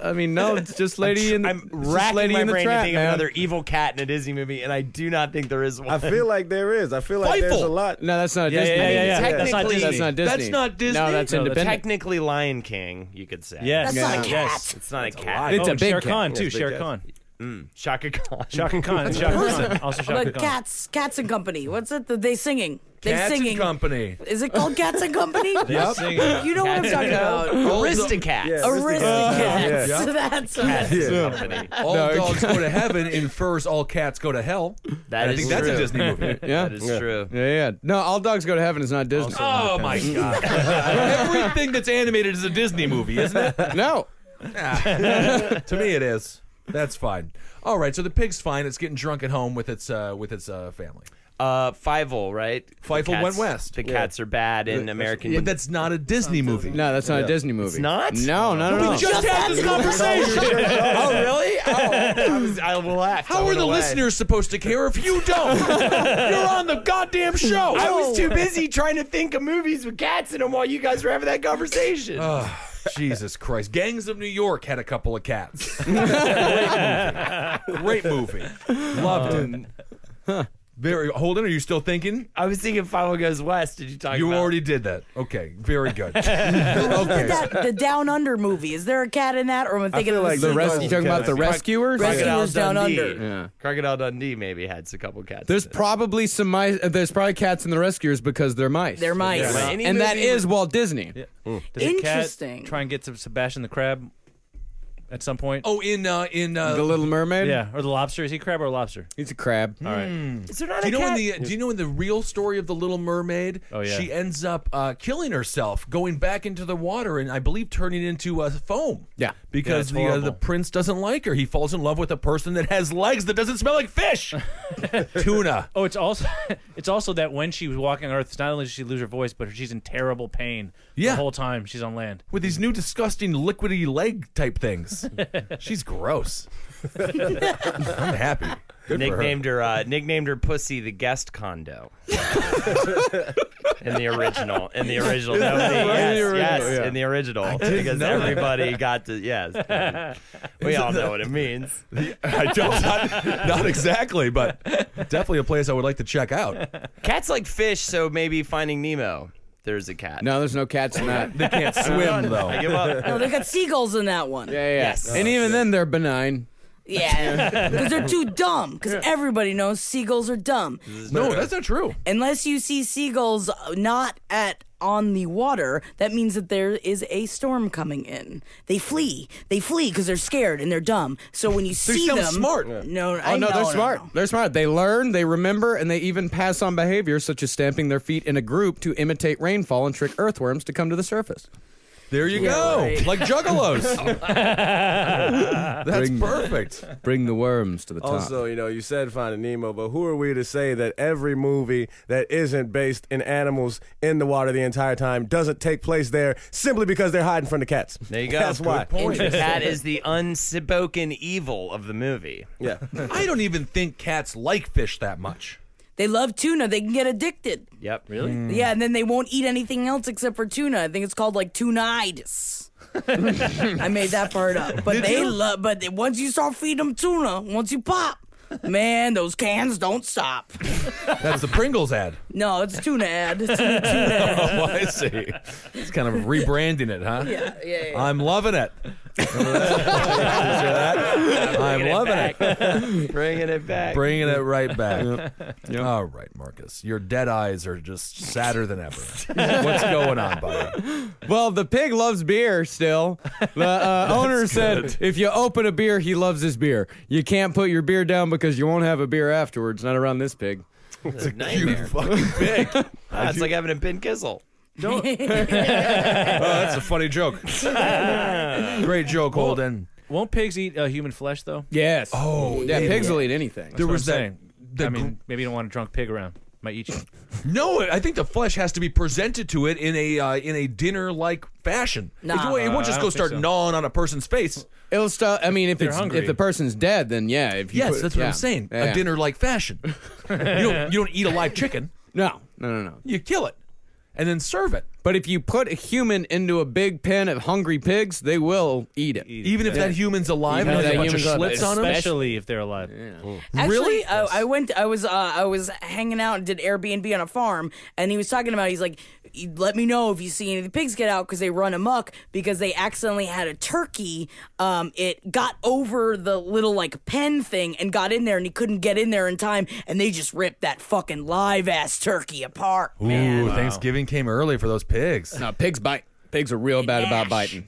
Speaker 6: I mean, no, it's just lady in the,
Speaker 8: I'm
Speaker 6: it's just
Speaker 8: racking
Speaker 6: lady
Speaker 8: my
Speaker 6: in the
Speaker 8: brain
Speaker 6: trap,
Speaker 8: to think
Speaker 6: man.
Speaker 8: of another evil cat in a Disney movie, and I do not think there is one.
Speaker 5: I feel like there is. I feel like there's
Speaker 7: Fightful.
Speaker 5: a lot.
Speaker 6: No, that's not
Speaker 10: Yeah,
Speaker 6: Disney.
Speaker 10: yeah, yeah, yeah.
Speaker 8: That's not
Speaker 6: Technically,
Speaker 8: Disney.
Speaker 7: That's not Disney?
Speaker 6: No, that's
Speaker 10: No, that's-
Speaker 6: independent.
Speaker 8: Technically, Lion King, you could say.
Speaker 10: Yes.
Speaker 9: That's not a
Speaker 10: Yes.
Speaker 9: cat.
Speaker 8: It's not a cat.
Speaker 6: It's
Speaker 10: oh,
Speaker 6: a
Speaker 10: and
Speaker 6: big
Speaker 10: Shere
Speaker 6: cat.
Speaker 10: Khan too.
Speaker 5: Yes, big
Speaker 10: Shaka
Speaker 5: cat.
Speaker 10: Khan.
Speaker 8: Shaka Khan.
Speaker 10: Shaka Khan. Shaka Khan. Also Shaka
Speaker 9: But
Speaker 10: Khan.
Speaker 9: cats, cats and company. What's it? that They singing. They
Speaker 7: Cats and
Speaker 9: singing.
Speaker 7: Company.
Speaker 9: Is it called Cats and Company?
Speaker 10: Yep. Singing.
Speaker 9: You know what I'm talking about.
Speaker 8: Aristocats.
Speaker 5: Yeah.
Speaker 9: Aristocats.
Speaker 5: Yeah.
Speaker 9: That's
Speaker 8: Company.
Speaker 7: All dogs go to heaven infers all cats go to hell.
Speaker 8: That
Speaker 7: I
Speaker 8: is
Speaker 7: think that's a
Speaker 8: true.
Speaker 7: Disney movie.
Speaker 6: Yeah.
Speaker 8: That is true.
Speaker 6: Yeah, yeah. No, all dogs go to heaven is not Disney.
Speaker 7: Oh my god! Everything that's animated is a Disney movie, isn't it?
Speaker 6: No.
Speaker 7: to me, it is. That's fine. All right, so the pig's fine. It's getting drunk at home with its uh, with its uh, family.
Speaker 8: Uh, Fievel, right? The
Speaker 7: Fievel
Speaker 8: cats-
Speaker 7: went west.
Speaker 8: The cats are bad in American.
Speaker 7: But that's not a Disney movie.
Speaker 6: No, that's not a Disney movie. It's
Speaker 8: not?
Speaker 6: No, no, no, no.
Speaker 8: we just had this conversation. oh, really? Oh, I, was, I laughed. I
Speaker 7: How are
Speaker 8: went
Speaker 7: the
Speaker 8: away.
Speaker 7: listeners supposed to care if you don't? You're on the goddamn show.
Speaker 8: I was too busy trying to think of movies with cats in them while you guys were having that conversation.
Speaker 7: Jesus Christ. Gangs of New York had a couple of cats. Great movie. Great movie. Loved it. Very Holden, are you still thinking?
Speaker 8: I was thinking Fievel Goes West. Did you talk
Speaker 7: You
Speaker 8: about
Speaker 7: already did that. Okay, very good.
Speaker 9: Look at that, the Down Under movie. Is there a cat in that? Or am I thinking
Speaker 5: feel
Speaker 9: of
Speaker 5: like
Speaker 9: the
Speaker 5: the
Speaker 6: Res-
Speaker 5: Oh,
Speaker 6: you talking about the
Speaker 8: Croc-
Speaker 6: rescuers?
Speaker 9: Rescuers.
Speaker 8: Crocodile
Speaker 9: Rescuers Down
Speaker 8: Dundee.
Speaker 9: Under.
Speaker 6: Yeah.
Speaker 8: Crocodile Dundee maybe had a couple cats.
Speaker 6: There's
Speaker 8: in it.
Speaker 6: probably some mice. uh, There's probably cats in the rescuers because they're mice.
Speaker 9: They're mice.
Speaker 8: Yeah. Any
Speaker 6: and that
Speaker 8: movie
Speaker 6: is Walt Disney.
Speaker 10: Does a cat
Speaker 9: Interesting.
Speaker 10: try and get to Sebastian the crab at some point.
Speaker 7: oh, in uh in uh
Speaker 6: The Little Mermaid.
Speaker 10: yeah, or the lobster. Is he crab or lobster?
Speaker 6: he's a crab.
Speaker 10: All right.
Speaker 8: Is there not
Speaker 7: do
Speaker 8: a
Speaker 7: you know
Speaker 8: cat?
Speaker 7: in the do you know in the real story of the Little Mermaid?
Speaker 10: Oh, yeah.
Speaker 7: She ends up uh, killing herself, going back into the water, and I believe turning into uh, foam.
Speaker 6: Yeah.
Speaker 7: because
Speaker 10: Yeah, it's
Speaker 7: the uh, the
Speaker 10: horrible.
Speaker 7: prince doesn't like her. He falls in love with a person that has legs that doesn't smell like fish, tuna.
Speaker 10: Oh, it's also it's also that when she was walking on Earth, it's not only does she lose her voice, but she's in terrible pain
Speaker 7: Yeah.
Speaker 10: the whole time she's on land.
Speaker 7: With these new disgusting liquidy leg type things, she's gross. I'm happy. Good for her.
Speaker 8: nicknamed her, uh, nicknamed her pussy the guest condo. in the original, in the original, that was the- yes, yes, in the original, because everybody got to yes. We all know what it means.
Speaker 7: I don't, not, not exactly, but definitely a place I would like to check out.
Speaker 8: Cats like fish, so maybe Finding Nemo. There's a cat.
Speaker 6: No, there's no cats in that. yeah,
Speaker 7: Can't swim though.
Speaker 8: I give up.
Speaker 9: No, they got seagulls in that one.
Speaker 6: yeah.
Speaker 8: Yes. Oh,
Speaker 6: And even then, they're benign.
Speaker 9: Yeah, because they're too dumb. Because everybody knows seagulls are dumb.
Speaker 7: No, that's not true.
Speaker 9: Unless you see seagulls uh, not at on the water, that means that there is a storm coming in. They flee. They flee because they're scared and they're dumb. So when you see
Speaker 7: sound
Speaker 9: them,
Speaker 7: smart.
Speaker 9: No,
Speaker 6: Oh
Speaker 9: I
Speaker 6: no,
Speaker 9: know,
Speaker 6: they're smart.
Speaker 9: no.
Speaker 6: They're smart. They learn, they remember, and they even pass on behavior such as stamping their feet in a group to imitate rainfall and trick earthworms to come to the surface.
Speaker 7: There you go.
Speaker 9: right.
Speaker 7: Like juggalos. That's perfect.
Speaker 6: Bring the worms to the top.
Speaker 5: Also, you know, you said Finding Nemo, but who are we to say that every movie that isn't based in animals in the water the entire time doesn't take place there simply because they're hiding from the cats?
Speaker 8: There you go.
Speaker 5: That's why.
Speaker 8: The cat is the unspoken evil of the movie.
Speaker 5: Yeah.
Speaker 7: I don't even think cats like fish that much.
Speaker 9: They love tuna. They can get addicted.
Speaker 8: Yep. Mm. Really?
Speaker 6: Mm.
Speaker 9: Yeah, and then they won't eat anything else except for tuna. I think it's called like tunitis. I made that part up, but they love. But they- once you start feeding them tuna, once you pop, man, those cans don't stop.
Speaker 7: That's the Pringles ad.
Speaker 9: No, it's tuna ad. It's tuna, tuna ad.
Speaker 7: Oh, I see. It's kind of rebranding it, huh?
Speaker 9: Yeah, yeah, yeah.
Speaker 7: I'm loving it. I'm loving it.
Speaker 8: Bringing it back.
Speaker 7: Bringing it right back. All right, Marcus. Your dead eyes are just sadder than ever. What's going on, buddy?
Speaker 6: Well, the pig loves beer still. The uh, owner said if you open a beer, he loves his beer. You can't put your beer down because you won't have a beer afterwards. Not around this pig.
Speaker 8: It's a nightmare.
Speaker 7: Fucking big. Oh,
Speaker 8: Ah, it's like having a pin kissel.
Speaker 7: Oh, that's a funny joke. Great joke, Holden.
Speaker 10: Won't pigs eat uh, human flesh though?
Speaker 6: Yes.
Speaker 7: Oh,
Speaker 6: yeah. Pigs will eat anything.
Speaker 7: There was
Speaker 10: I'm
Speaker 7: that.
Speaker 10: saying.
Speaker 7: the
Speaker 10: I
Speaker 7: gr-
Speaker 10: mean, maybe you don't want a drunk pig around. Might eat you.
Speaker 7: No, I think the flesh has to be presented to it in a uh, in a dinner like fashion.
Speaker 9: Nah.
Speaker 7: It, it
Speaker 10: Uh,
Speaker 7: won't
Speaker 10: I
Speaker 7: just
Speaker 10: don't
Speaker 7: go
Speaker 10: think
Speaker 7: start
Speaker 10: so.
Speaker 7: gnawing on a person's face.
Speaker 6: It'll stop. I mean, if it's
Speaker 10: hungry.
Speaker 6: if the person's dead, then yeah. If you
Speaker 7: Yes,
Speaker 6: put-
Speaker 7: that's what
Speaker 6: yeah.
Speaker 7: I'm saying.
Speaker 6: Yeah, yeah.
Speaker 7: A dinner like fashion. you don't you don't eat a live chicken.
Speaker 6: No, no, no, no.
Speaker 7: You kill it, and then serve it.
Speaker 6: But if you put a human into a big pen of hungry pigs, they will eat it.
Speaker 7: Even if that human's alive and
Speaker 6: Even if
Speaker 7: has a
Speaker 6: that
Speaker 7: bunch of
Speaker 6: human's alive.
Speaker 7: slits on him.
Speaker 10: Especially if they're alive.
Speaker 9: Actually,
Speaker 7: Really?
Speaker 9: I, I went. I was. Uh, I was hanging out and did Airbnb on a farm, and he was talking about. He's like, "You "Let me know if you see any of the pigs get out because they run amok because they accidentally had a turkey. Um, it got over the little like pen thing and got in there, and he couldn't get in there in time, and they just ripped that fucking live ass turkey apart, man.
Speaker 7: Ooh, Thanksgiving came early for those pigs.
Speaker 6: No, pigs bite. Pigs are real bad about biting.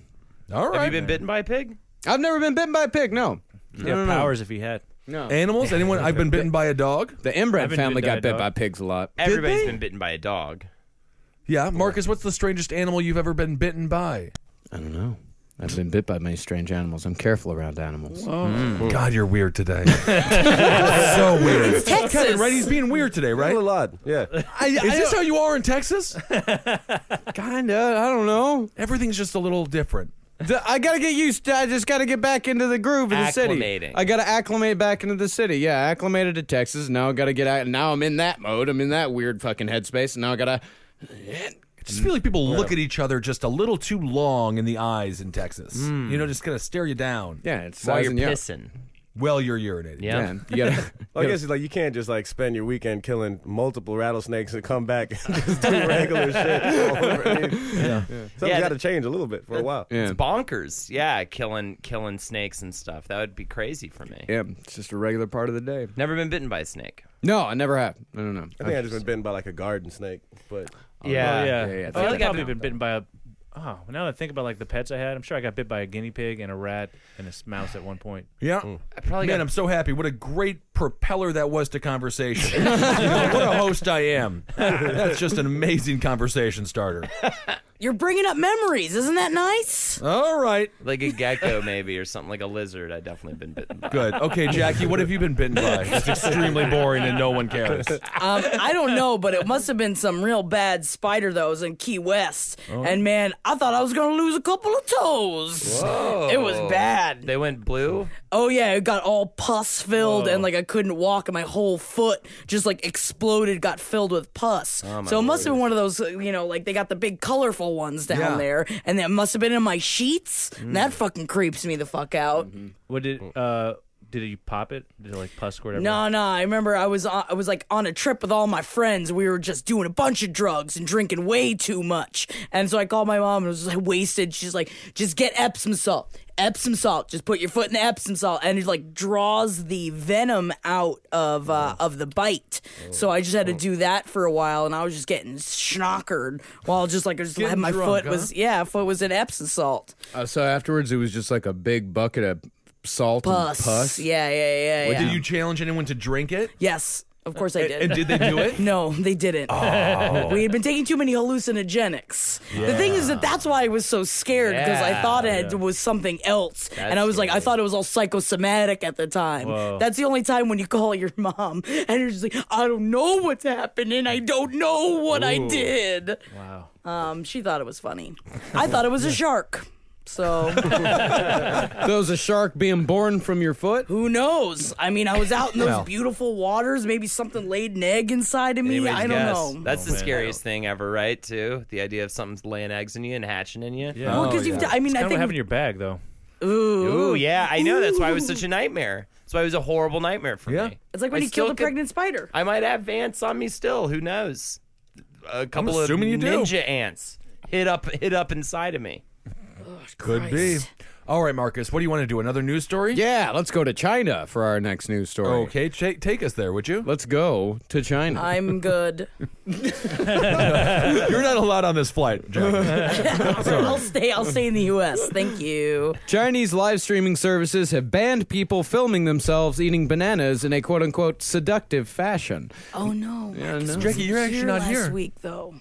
Speaker 7: All right,
Speaker 8: Have you been bitten by a pig?
Speaker 6: I've never been bitten by a pig. No,
Speaker 10: He'd have powers if he had.
Speaker 7: animals. Anyone? I've been bitten by a dog.
Speaker 6: the inbred
Speaker 10: been
Speaker 6: family
Speaker 10: bitten by
Speaker 6: got
Speaker 10: a
Speaker 6: bit
Speaker 10: dog.
Speaker 6: by pigs a lot.
Speaker 8: Everybody's
Speaker 7: they?
Speaker 8: been bitten by a dog.
Speaker 7: Yeah, Marcus. What's the strangest animal you've ever been bitten by?
Speaker 6: I don't know. I've been bit by many strange animals. I'm careful around animals. Hmm.
Speaker 7: God, you're weird today. so weird.
Speaker 9: Texas.
Speaker 7: Kevin, right? He's being weird today,
Speaker 5: A
Speaker 7: right?
Speaker 5: lot. Yeah.
Speaker 7: Is this how you are in Texas?
Speaker 6: Kinda. I don't know.
Speaker 7: Everything's just a little different.
Speaker 6: The- I gotta get used. to I just gotta get back into the groove of the city.
Speaker 8: Acclimating.
Speaker 6: I gotta acclimate back into the city. Yeah, I acclimated to Texas. Now I gotta get out. Now I'm in that mode. I'm in that weird fucking headspace. And now I gotta.
Speaker 7: I just feel like people look at each other just a little too long in the eyes in Texas. You know, just gonna stare you down.
Speaker 6: Yeah, it's
Speaker 8: While you're
Speaker 6: sizing you up.
Speaker 8: pissing.
Speaker 7: Well, you're urinating.
Speaker 8: Yeah.
Speaker 6: Yeah, you gotta.
Speaker 5: Well, I guess it's like you can't just like spend your weekend killing multiple rattlesnakes and come back and just do regular shit. all over. I mean, Something's
Speaker 8: Yeah,
Speaker 5: got to
Speaker 8: that-
Speaker 5: change a little bit for a while.
Speaker 6: Yeah.
Speaker 8: It's bonkers. Yeah, killing killing snakes and stuff. That would be crazy for me.
Speaker 6: Yeah, it's just a regular part of the day.
Speaker 8: Never been bitten by a snake.
Speaker 6: No, I never have. I don't know.
Speaker 5: I think I just been bitten by like a garden snake, but
Speaker 10: Oh, yeah.
Speaker 6: yeah, yeah,
Speaker 10: oh,
Speaker 8: I
Speaker 10: I've
Speaker 8: think I've
Speaker 10: probably
Speaker 8: been-
Speaker 10: been bitten by a. Oh, now that I think about like the pets I had, I'm sure I got bit by a guinea pig and a rat and a s- mouse at one point.
Speaker 7: Yeah.
Speaker 8: I probably
Speaker 7: Man,
Speaker 8: got
Speaker 7: I'm so happy. What a great propeller that was to conversation. You know, what a host I am. That's just an amazing conversation starter.
Speaker 9: You're bringing up memories. Isn't that nice?
Speaker 7: All right.
Speaker 8: like a gecko maybe or something like a lizard. I definitely been bitten. By.
Speaker 7: Good. Okay, Jackie, what have you been bitten by? It's extremely boring and no one cares.
Speaker 9: Um, I don't know, but it must have been some real bad spider that was in Key West. And man, I thought I was going to lose a couple of toes. It was bad.
Speaker 8: They went blue.
Speaker 9: Oh yeah, it got all pus filled and like I couldn't walk and my whole foot just like exploded, got filled with pus. so it must have been one of those, uh, you know, like they got the big colorful ones down
Speaker 7: Yeah.
Speaker 9: there, and that must have been in my sheets. And that fucking creeps me the fuck out.
Speaker 10: What did uh did you pop it? Did it like pus squirt everywhere?
Speaker 9: No, no, I remember I was on, I was like on a trip with all my friends. We were just doing a bunch of drugs and drinking way too much. And so I called my mom and was like wasted. She's like, just get Epsom salt. Epsom salt. Just put your foot in the Epsom salt, and it like draws the venom out of uh,
Speaker 7: Oh.
Speaker 9: of the bite. So I just had to do that for a while, and I was just getting schnockered while just like I just had my
Speaker 7: drunk,
Speaker 9: foot
Speaker 7: huh?
Speaker 9: was yeah foot was in Epsom salt
Speaker 6: Uh, so afterwards, it was just like a big bucket of salt
Speaker 9: pus.
Speaker 6: and pus.
Speaker 9: Yeah, yeah, yeah, yeah.
Speaker 7: Did you challenge anyone to drink it?
Speaker 9: yes, of course I did.
Speaker 7: And did they do it?
Speaker 9: No, they didn't.
Speaker 8: Oh.
Speaker 9: We had been taking too many hallucinogenics. The thing is that that's why I was so scared because I
Speaker 8: Yeah.
Speaker 9: thought it had- was something else, and I was like, I
Speaker 8: scary.
Speaker 9: thought it was all psychosomatic at the time. That's the only time when you call your mom and you're just like, I don't know what's happening. I don't know what I did.
Speaker 10: Wow.
Speaker 9: Um, she thought it was funny. I thought it was a shark. So
Speaker 6: So is a shark being born from your foot?
Speaker 9: who knows? I mean, I was out in those
Speaker 7: Well.
Speaker 9: beautiful waters. Maybe something laid an egg inside of me.
Speaker 8: Anybody's
Speaker 9: I don't
Speaker 8: guess.
Speaker 9: know.
Speaker 8: That's the scariest thing ever, right? Too the idea of something laying eggs in you and hatching in you.
Speaker 10: Yeah.
Speaker 9: well, because you've. I mean,
Speaker 10: It's
Speaker 9: I
Speaker 10: kind
Speaker 9: think
Speaker 10: of what happened to your bag though.
Speaker 8: Ooh, yeah, I know. That's why it was such a nightmare. That's why it was a horrible nightmare for
Speaker 7: Yeah.
Speaker 8: me.
Speaker 9: It's like when
Speaker 8: I
Speaker 9: he
Speaker 8: still
Speaker 9: killed a
Speaker 8: could-
Speaker 9: pregnant spider.
Speaker 8: I might have ants on me still. Who knows? A couple of
Speaker 7: assuming you do.
Speaker 8: ninja ants hit up hit up inside of me.
Speaker 7: Could be. All right, Marcus, what do you want to do? Another news story?
Speaker 6: Yeah, let's go to China for our next news story.
Speaker 7: Okay, take, take us there, would you?
Speaker 6: Let's go to China.
Speaker 9: I'm good.
Speaker 7: You're not allowed on this flight, Jack.
Speaker 9: I'll stay. I'll stay in the U.S. Thank you.
Speaker 6: Chinese live streaming services have banned people filming themselves eating bananas in a quote unquote seductive fashion.
Speaker 9: Oh no, yeah,
Speaker 6: no.
Speaker 7: Jackie, you're actually not
Speaker 9: last
Speaker 7: here.
Speaker 9: week though.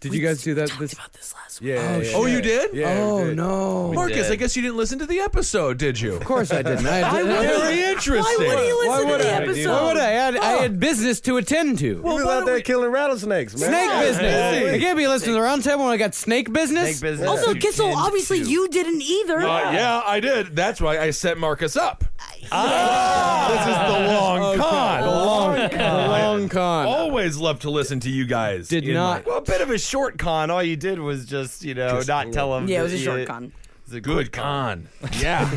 Speaker 6: Did you guys do that?
Speaker 9: Talked
Speaker 6: This-
Speaker 9: about this last week.
Speaker 5: yeah. yeah,
Speaker 7: Oh,
Speaker 5: yeah.
Speaker 7: you did?
Speaker 5: Yeah. we
Speaker 6: oh,
Speaker 5: did.
Speaker 6: no. Of
Speaker 7: Marcus,
Speaker 8: did.
Speaker 7: I guess you didn't listen to the episode, did you?
Speaker 6: course I didn't. I, I
Speaker 7: Very
Speaker 9: Why
Speaker 7: interesting.
Speaker 9: would he listen
Speaker 6: would
Speaker 9: to the
Speaker 6: I?
Speaker 9: episode?
Speaker 6: Why would I? I had, I had business to attend to.
Speaker 5: He was out there killing rattlesnakes, man.
Speaker 6: snake
Speaker 5: Yeah.
Speaker 6: business.
Speaker 5: Yeah.
Speaker 6: You can't be listening to the round table when I got snake business.
Speaker 8: Big business.
Speaker 9: Also,
Speaker 8: You
Speaker 9: Kissel,
Speaker 8: did
Speaker 9: obviously
Speaker 8: too.
Speaker 9: you didn't either.
Speaker 7: Uh, yeah, I did. That's why I set Marcus up. Ah, this is the long con.
Speaker 6: The long, the long con.
Speaker 7: Always love to listen to you guys.
Speaker 6: Did
Speaker 7: in
Speaker 6: not.
Speaker 7: my-
Speaker 8: Well, a bit of a short con. All you did was just you know not tell him.
Speaker 9: Yeah, it was a
Speaker 8: that
Speaker 9: short
Speaker 8: you-
Speaker 9: con.
Speaker 8: it was a
Speaker 7: good con. Yeah.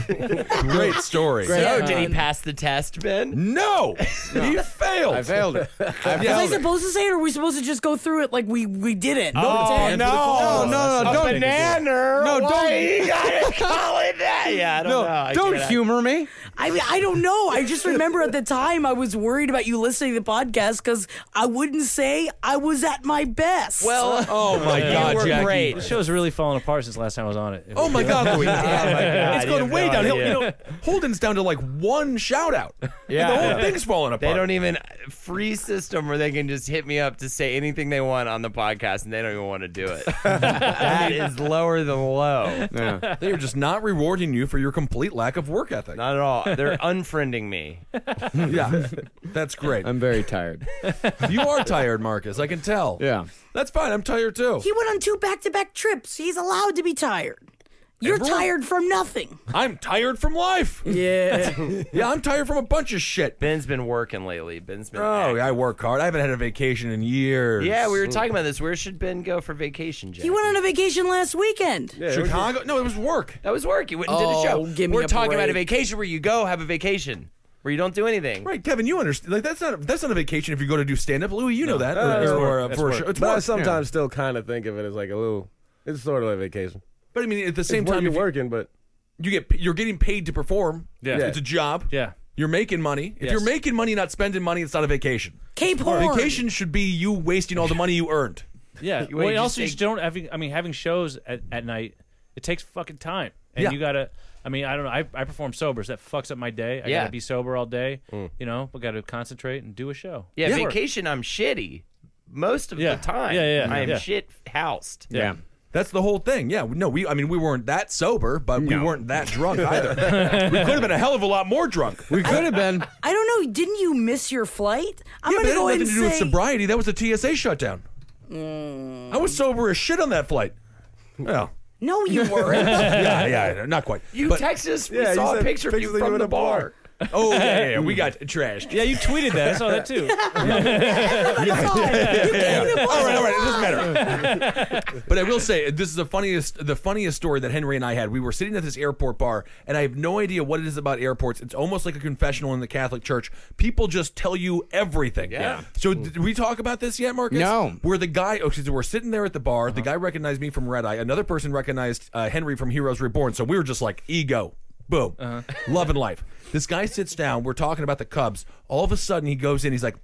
Speaker 7: Great story.
Speaker 8: So
Speaker 9: Yeah.
Speaker 8: Oh, did he pass the test, Ben?
Speaker 7: No, he failed.
Speaker 6: I failed it. I failed
Speaker 9: Was I
Speaker 6: it.
Speaker 9: supposed to say it, or are we supposed to just go through it like we we didn't?
Speaker 8: Oh,
Speaker 9: Pretend.
Speaker 8: no,
Speaker 6: No, no, no,
Speaker 8: A
Speaker 6: don't.
Speaker 8: banana.
Speaker 6: No,
Speaker 8: Why
Speaker 6: don't-
Speaker 8: You gotta call it that. Yeah, I don't know.
Speaker 6: No,
Speaker 8: I
Speaker 6: don't
Speaker 8: can't-
Speaker 6: humor me.
Speaker 9: I I mean, I don't know. I just remember at the time I was worried about you listening to the podcast because I wouldn't say I was at my best.
Speaker 8: Well,
Speaker 6: Oh my God,
Speaker 8: you were
Speaker 6: Jackie.
Speaker 8: great.
Speaker 10: This show's really fallen apart since last time I was on it.
Speaker 7: Oh my God, Louis!
Speaker 8: God,
Speaker 7: it's
Speaker 8: you
Speaker 7: going
Speaker 8: have
Speaker 7: way
Speaker 8: no
Speaker 7: downhill.
Speaker 8: idea.
Speaker 7: You know, Holden's down to like one shout out.
Speaker 6: Yeah.
Speaker 7: the whole thing's falling apart.
Speaker 8: They don't even free system where they can just hit me up to say anything they want on the podcast, and they don't even want to do it. that is lower than low.
Speaker 7: They are just not rewarding you for your complete lack of work ethic.
Speaker 8: Not at all. They're unfriending me.
Speaker 7: yeah, that's great.
Speaker 6: I'm very tired.
Speaker 7: You are tired, Marcus. I can tell.
Speaker 6: Yeah.
Speaker 7: that's fine. I'm tired too.
Speaker 9: he went on two back-to-back trips. He's allowed to be tired. You're
Speaker 7: Everyone-
Speaker 9: tired from nothing.
Speaker 7: I'm tired from life.
Speaker 9: Yeah.
Speaker 7: Yeah, I'm tired from a bunch of shit.
Speaker 8: Ben's been working lately. Ben's been.
Speaker 7: Oh,
Speaker 8: active.
Speaker 7: I work hard. I haven't had a vacation in years.
Speaker 8: yeah. We were talking about this. Where should Ben go for vacation, Jack?
Speaker 9: he went on a vacation last weekend.
Speaker 7: Chicago. No, it was work.
Speaker 8: that was work. You went and did a
Speaker 9: Oh,
Speaker 8: show.
Speaker 9: give me
Speaker 8: we're
Speaker 9: a
Speaker 8: talking about a
Speaker 9: break.
Speaker 8: vacation where you go have a vacation where you don't do anything.
Speaker 7: Right, Kevin. You understand? Like that's not that's not a vacation if you go to do stand up. Louis, you know that.
Speaker 5: that's
Speaker 7: or,
Speaker 5: work.
Speaker 7: or, uh, for a show. It's
Speaker 5: but I
Speaker 7: work,
Speaker 5: sometimes
Speaker 7: yeah.
Speaker 5: still kind of think of it as like a little. It's sort of like vacation.
Speaker 7: But I mean, at the same
Speaker 5: It's where
Speaker 7: time,
Speaker 5: you're
Speaker 7: if you-
Speaker 5: working, but
Speaker 7: you get you're getting paid to perform.
Speaker 10: Yeah.
Speaker 7: it's a job.
Speaker 10: Yeah.
Speaker 7: You're making money. If
Speaker 10: Yes.
Speaker 7: you're making money, not spending money, it's not a vacation.
Speaker 9: Cape Horn.
Speaker 7: Vacation should be you wasting all the money you earned.
Speaker 10: Yeah.
Speaker 8: wait,
Speaker 10: Well,
Speaker 8: you
Speaker 10: you also
Speaker 8: say-
Speaker 10: you just don't. Having, I mean, having shows at, at night, it takes fucking time, and
Speaker 7: Yeah.
Speaker 10: you gotta. I mean, I don't know. I, I perform sober, so that fucks up my day. I
Speaker 8: Yeah.
Speaker 10: gotta be sober all day. You know, we gotta concentrate and do a show.
Speaker 8: Yeah,
Speaker 10: Work.
Speaker 8: vacation. I'm shitty most of
Speaker 10: Yeah.
Speaker 8: the time.
Speaker 10: Yeah, yeah,
Speaker 8: I am
Speaker 10: yeah.
Speaker 8: shit housed.
Speaker 10: Yeah.
Speaker 7: That's the whole thing. Yeah. No, we. I mean, we weren't that sober, but we weren't that drunk either. we could have been a hell of a lot more drunk.
Speaker 6: We could have been.
Speaker 9: I don't know. Didn't you miss your flight? I'm
Speaker 7: Yeah, but
Speaker 9: gonna
Speaker 7: that had
Speaker 9: go ahead
Speaker 7: nothing
Speaker 9: and
Speaker 7: to do with
Speaker 9: say.
Speaker 7: sobriety. That was the TSA shutdown.
Speaker 8: Mm.
Speaker 7: I was sober as shit on that flight. Well,
Speaker 9: no, you weren't.
Speaker 7: yeah, yeah, not quite.
Speaker 8: You
Speaker 7: But-
Speaker 8: texted us. We
Speaker 5: Yeah, you
Speaker 8: saw a
Speaker 5: sent
Speaker 8: picture of
Speaker 5: pictures
Speaker 8: you
Speaker 5: of you
Speaker 8: from
Speaker 5: in
Speaker 8: the
Speaker 5: a bar.
Speaker 8: bar.
Speaker 7: Oh yeah, yeah, yeah, we got trashed.
Speaker 10: Yeah, you tweeted that. I saw that too.
Speaker 7: all right, all right. It doesn't matter. but I will say this is the funniest, the funniest story that Henry and I had. We were sitting at this airport bar, and I have no idea what it is about airports. It's almost like a confessional in the Catholic Church. People just tell you everything.
Speaker 8: Yeah.
Speaker 7: So did we talk about this yet, Marcus?
Speaker 6: No.
Speaker 7: Where the guy? Okay, so we're sitting there at the bar. The guy recognized me from Red Eye. Another person recognized uh, Henry from Heroes Reborn. So we were just like ego. Boom. Love and life. This guy sits down. We're talking about the Cubs. All of a sudden, he goes in. He's like,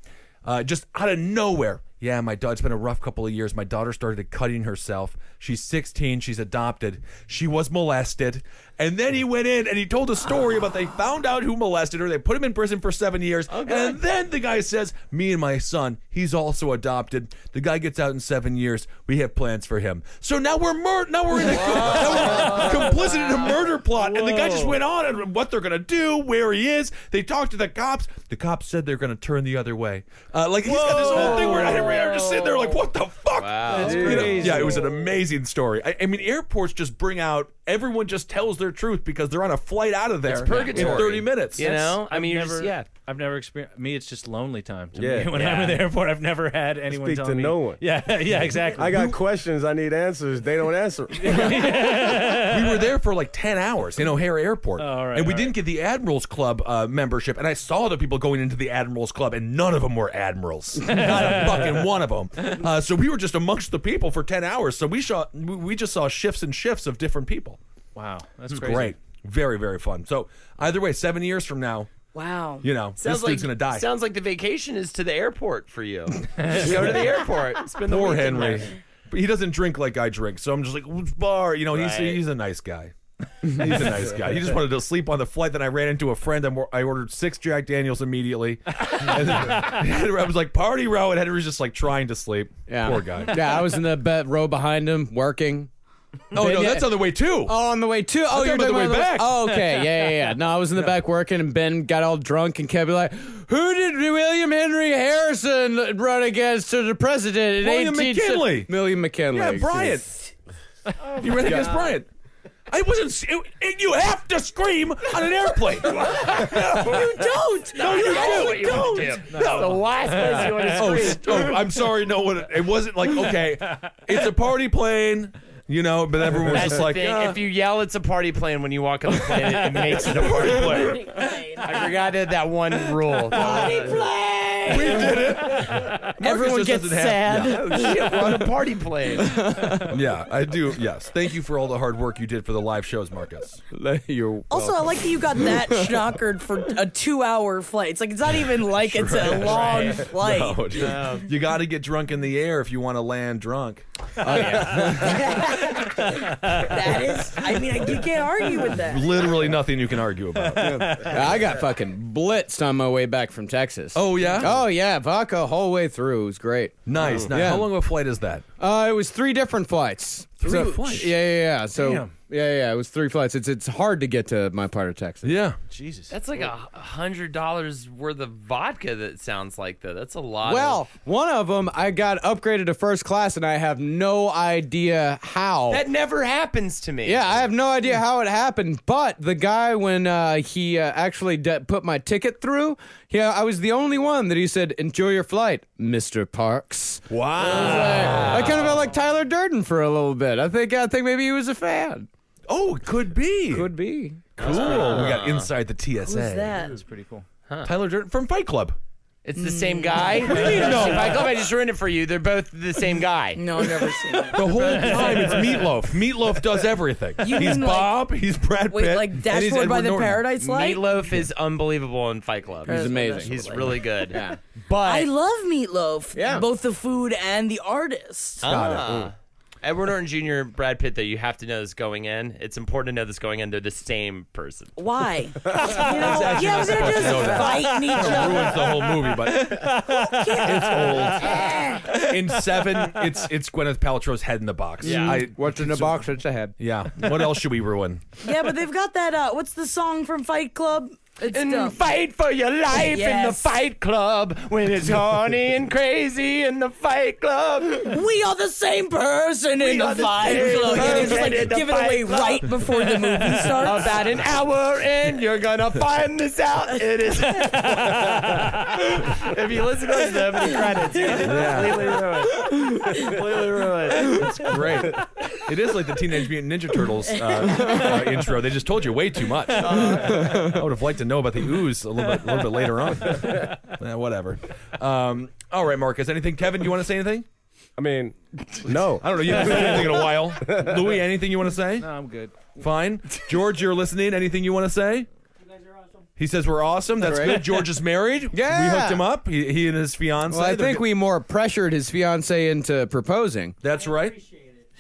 Speaker 7: uh, just out of nowhere. Yeah, my daughter. It's been a rough couple of years. My daughter started cutting herself. She's 16. She's adopted. She was molested. And then he went in and he told a story about they found out who molested her. They put him in prison for seven years. And then the guy says, "Me and my son. He's also adopted. The guy gets out in seven years. We have plans for him. So now we're mur- Now we're in a now we're complicit in a murder plot. And the guy just went on and what they're gonna do, where he is. They talked to the cops. The cops said they're gonna turn the other way. Uh, like he's got this whole thing where Henry and I are just sitting there like, what the fuck? You know, yeah, it was an amazing story. I, I mean, airports just bring out everyone. Just tells their truth because they're on a flight out of there.
Speaker 8: It's purgatory.
Speaker 7: In thirty minutes.
Speaker 8: You know, I
Speaker 10: I've
Speaker 8: mean, you're
Speaker 10: never,
Speaker 8: just yeah.
Speaker 10: I've never experienced. Me, it's just lonely time. To
Speaker 5: Yeah.
Speaker 10: me. when I'm at the airport, I've never had anyone
Speaker 5: Speak
Speaker 10: tell
Speaker 5: to
Speaker 10: me.
Speaker 5: no one.
Speaker 10: Yeah, yeah, exactly.
Speaker 5: I got questions. I need answers. They don't answer.
Speaker 7: we were there for like 10 hours in O'Hare Airport.
Speaker 10: Oh, all right,
Speaker 7: and we
Speaker 10: all
Speaker 7: didn't get the Admirals Club uh, membership. And I saw the people going into the Admirals Club, and none of them were admirals. Not a fucking one of them. Uh, so we were just amongst the people for 10 hours. So we, saw, we- we just saw shifts and shifts of different people.
Speaker 10: wow, that's
Speaker 7: It's
Speaker 10: crazy.
Speaker 7: great. Very, very fun. So either way, seven years from now,
Speaker 9: wow.
Speaker 7: you know, this dude's going to die.
Speaker 8: Sounds like the vacation is to the airport for you. Just go to the airport. Spend the
Speaker 7: Poor
Speaker 8: weekend
Speaker 7: Henry.
Speaker 8: there.
Speaker 7: But he doesn't drink like I drink. So I'm just like, "Who's bar? You know, he's,
Speaker 8: Right.
Speaker 7: he's a nice guy. He's a nice guy. He just wanted to sleep on the flight. Then I ran into a friend. and I ordered six Jack Daniels immediately. And then I was like, party row. And Henry was just like trying to sleep.
Speaker 6: Yeah.
Speaker 7: Poor guy.
Speaker 6: Yeah, I was in the be- row behind him working.
Speaker 7: Oh, no,
Speaker 6: yeah.
Speaker 7: that's on the way too.
Speaker 6: Oh, on the way too. Oh,
Speaker 7: I'm
Speaker 6: you're
Speaker 7: talking
Speaker 6: talking
Speaker 7: about the way
Speaker 6: about
Speaker 7: back.
Speaker 6: Oh, okay. Yeah, yeah, yeah. No, I was in the back working, and Ben got all drunk and kept like, "Who did William Henry Harrison run against to the president?" In
Speaker 7: William
Speaker 6: 18
Speaker 7: McKinley.
Speaker 6: William McKinley.
Speaker 7: yeah, Bryant. you ran against Bryant. I wasn't. s- It, it- you have to scream on an airplane.
Speaker 9: You don't. No, you
Speaker 8: what you want to do.
Speaker 7: no.
Speaker 8: The last place you want to
Speaker 7: Oh,
Speaker 8: scream.
Speaker 7: s- oh, I'm sorry. No one. It wasn't like okay. It's a party plane, you know. But everyone was
Speaker 8: That's
Speaker 7: just
Speaker 8: the
Speaker 7: like,
Speaker 8: thing.
Speaker 7: "Yeah."
Speaker 8: If you yell, it's a party plane when you walk on the plane. It, it makes it a party plane. I forgot that that one rule.
Speaker 9: Play. Yay! Everyone
Speaker 7: Marcus just
Speaker 9: gets
Speaker 7: doesn't have-
Speaker 9: sad.
Speaker 8: Oh shit, we're on a party plane.
Speaker 7: Yeah, I do. Yes. Thank you for all the hard work you did for the live shows, Marcus.
Speaker 6: You're
Speaker 9: Also, I like that you got that schnockered for a two-hour flight. It's like it's not even like it's a long flight.
Speaker 7: Oh, dude.
Speaker 9: Um,
Speaker 7: You got to get drunk in the air if you want to land drunk.
Speaker 9: That is, I mean, I, you can't argue with that.
Speaker 7: Literally nothing you can argue about.
Speaker 6: I got fucking blitzed on my way back from Texas.
Speaker 7: Oh, yeah?
Speaker 6: Oh yeah, vodka whole way through. It was great.
Speaker 7: nice. Now,
Speaker 6: Yeah.
Speaker 7: how long of a flight is that?
Speaker 6: Uh, it was three different flights. Three
Speaker 7: flights?
Speaker 6: Yeah, yeah, yeah. So
Speaker 7: Damn.
Speaker 6: yeah, yeah, it was three flights. It's it's hard to get to my part of Texas.
Speaker 7: Yeah.
Speaker 10: Jesus.
Speaker 8: That's like a hundred dollars worth of vodka. That sounds like though. That's a lot.
Speaker 6: Well, one of them I got upgraded to first class, and I have no idea how.
Speaker 8: of, that never happens to me.
Speaker 6: yeah, I have no idea how it happened, but the guy when uh, he uh, actually de- put my ticket through, yeah, I was the only one that he said, "Enjoy your flight, Mister Parks."
Speaker 5: Wow.
Speaker 6: I kind of felt like Tyler Durden for a little bit. I think I think maybe he was a fan.
Speaker 7: Oh, it could be.
Speaker 6: Could be. Ah.
Speaker 7: Cool. we got inside the TSA.
Speaker 9: Who's that?
Speaker 10: That's pretty cool.
Speaker 7: Tyler Durden from Fight Club.
Speaker 8: it's the same guy. no, if I, I just ruined it for you. They're both the same guy.
Speaker 9: No, I've never seen that.
Speaker 7: The whole time it's Meatloaf. Meatloaf does everything.
Speaker 9: You
Speaker 7: he's
Speaker 9: mean, like-
Speaker 7: Bob. he's Brad Pitt.
Speaker 9: Wait, like
Speaker 7: and he's
Speaker 9: Dashboard by
Speaker 7: Edward
Speaker 9: the
Speaker 7: Norton.
Speaker 9: Paradise Light?
Speaker 8: Meatloaf is unbelievable in Fight Club.
Speaker 9: He's
Speaker 6: amazing.
Speaker 8: He's really good. Yeah.
Speaker 9: I
Speaker 8: But
Speaker 9: love meatloaf.
Speaker 6: Yeah.
Speaker 9: Both the food and the artist.
Speaker 8: Ah. Edward Norton Jr. and Brad Pitt, though, you have to know this going in. It's important to know this going in. They're the same person.
Speaker 9: Why? you know, yeah, we're gonna just
Speaker 7: know that.
Speaker 9: fighting each other.
Speaker 7: ruins the whole movie, but it's old. In seven, it's it's Gwyneth Paltrow's head in the box. Yeah, I,
Speaker 6: What's in the box? It's a head.
Speaker 7: yeah. What else should we ruin?
Speaker 9: Yeah, but they've got that. Uh, what's the song from Fight Club? It's dumb.
Speaker 8: Mm, fight for your life in the
Speaker 9: Yes.
Speaker 8: fight club when it's horny and crazy in the fight club.
Speaker 9: We are the same person in
Speaker 8: are
Speaker 9: the
Speaker 8: the
Speaker 9: fight
Speaker 8: same
Speaker 9: club. Yeah, they
Speaker 8: person
Speaker 9: just like
Speaker 8: in the
Speaker 9: give it
Speaker 8: Fight
Speaker 9: away
Speaker 8: Club.
Speaker 9: right before the movie starts.
Speaker 8: About an hour in, you're gonna find this out. It is. if you listen to them in the credits, completely ruined. Completely ruined.
Speaker 7: Great. It is like the Teenage Mutant Ninja Turtles uh, uh, intro. They just told you way too much. I would have liked to know about the ooze a little bit, a little bit later on. Eh, whatever. Um, all right, Marcus. Anything, Kevin? You want to say anything?
Speaker 5: I mean, no.
Speaker 7: I don't know. You haven't said anything in a while. Louis, anything you want to say?
Speaker 10: No, I'm good.
Speaker 7: Fine. George, you're listening. Anything you want to say? He says we're awesome. That's good. George is married.
Speaker 6: Yeah.
Speaker 7: we hooked him up. He, he and his fiance.
Speaker 6: Well, I think we more pressured his fiance into proposing.
Speaker 7: That's right.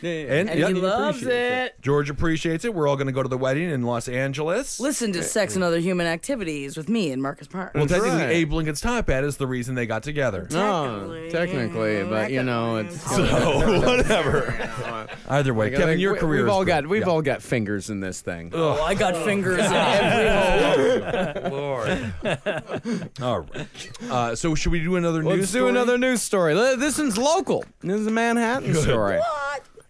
Speaker 7: And,
Speaker 9: and
Speaker 7: yeah,
Speaker 9: he loves it.
Speaker 7: George appreciates it. We're all going to go to the wedding in Los Angeles.
Speaker 9: Listen to Sex and Other Human Activities with me and Marcus Park.
Speaker 7: Eh, well, technically,
Speaker 6: right.
Speaker 7: Abe Lincoln's top hat is the reason they got together.
Speaker 6: No, Oh, technically, but you know, it's
Speaker 7: So whatever. Either way, Kevin, your
Speaker 6: we,
Speaker 7: career.
Speaker 6: We've
Speaker 7: is
Speaker 6: all
Speaker 7: great.
Speaker 6: got we've
Speaker 7: Yeah.
Speaker 6: all got fingers in this thing.
Speaker 9: oh, I got fingers in every hole.
Speaker 8: Lord.
Speaker 7: All right. Uh, so should we do another news?
Speaker 6: Let's do
Speaker 7: story?
Speaker 6: another news story. Li- This one's local. This is a Manhattan story.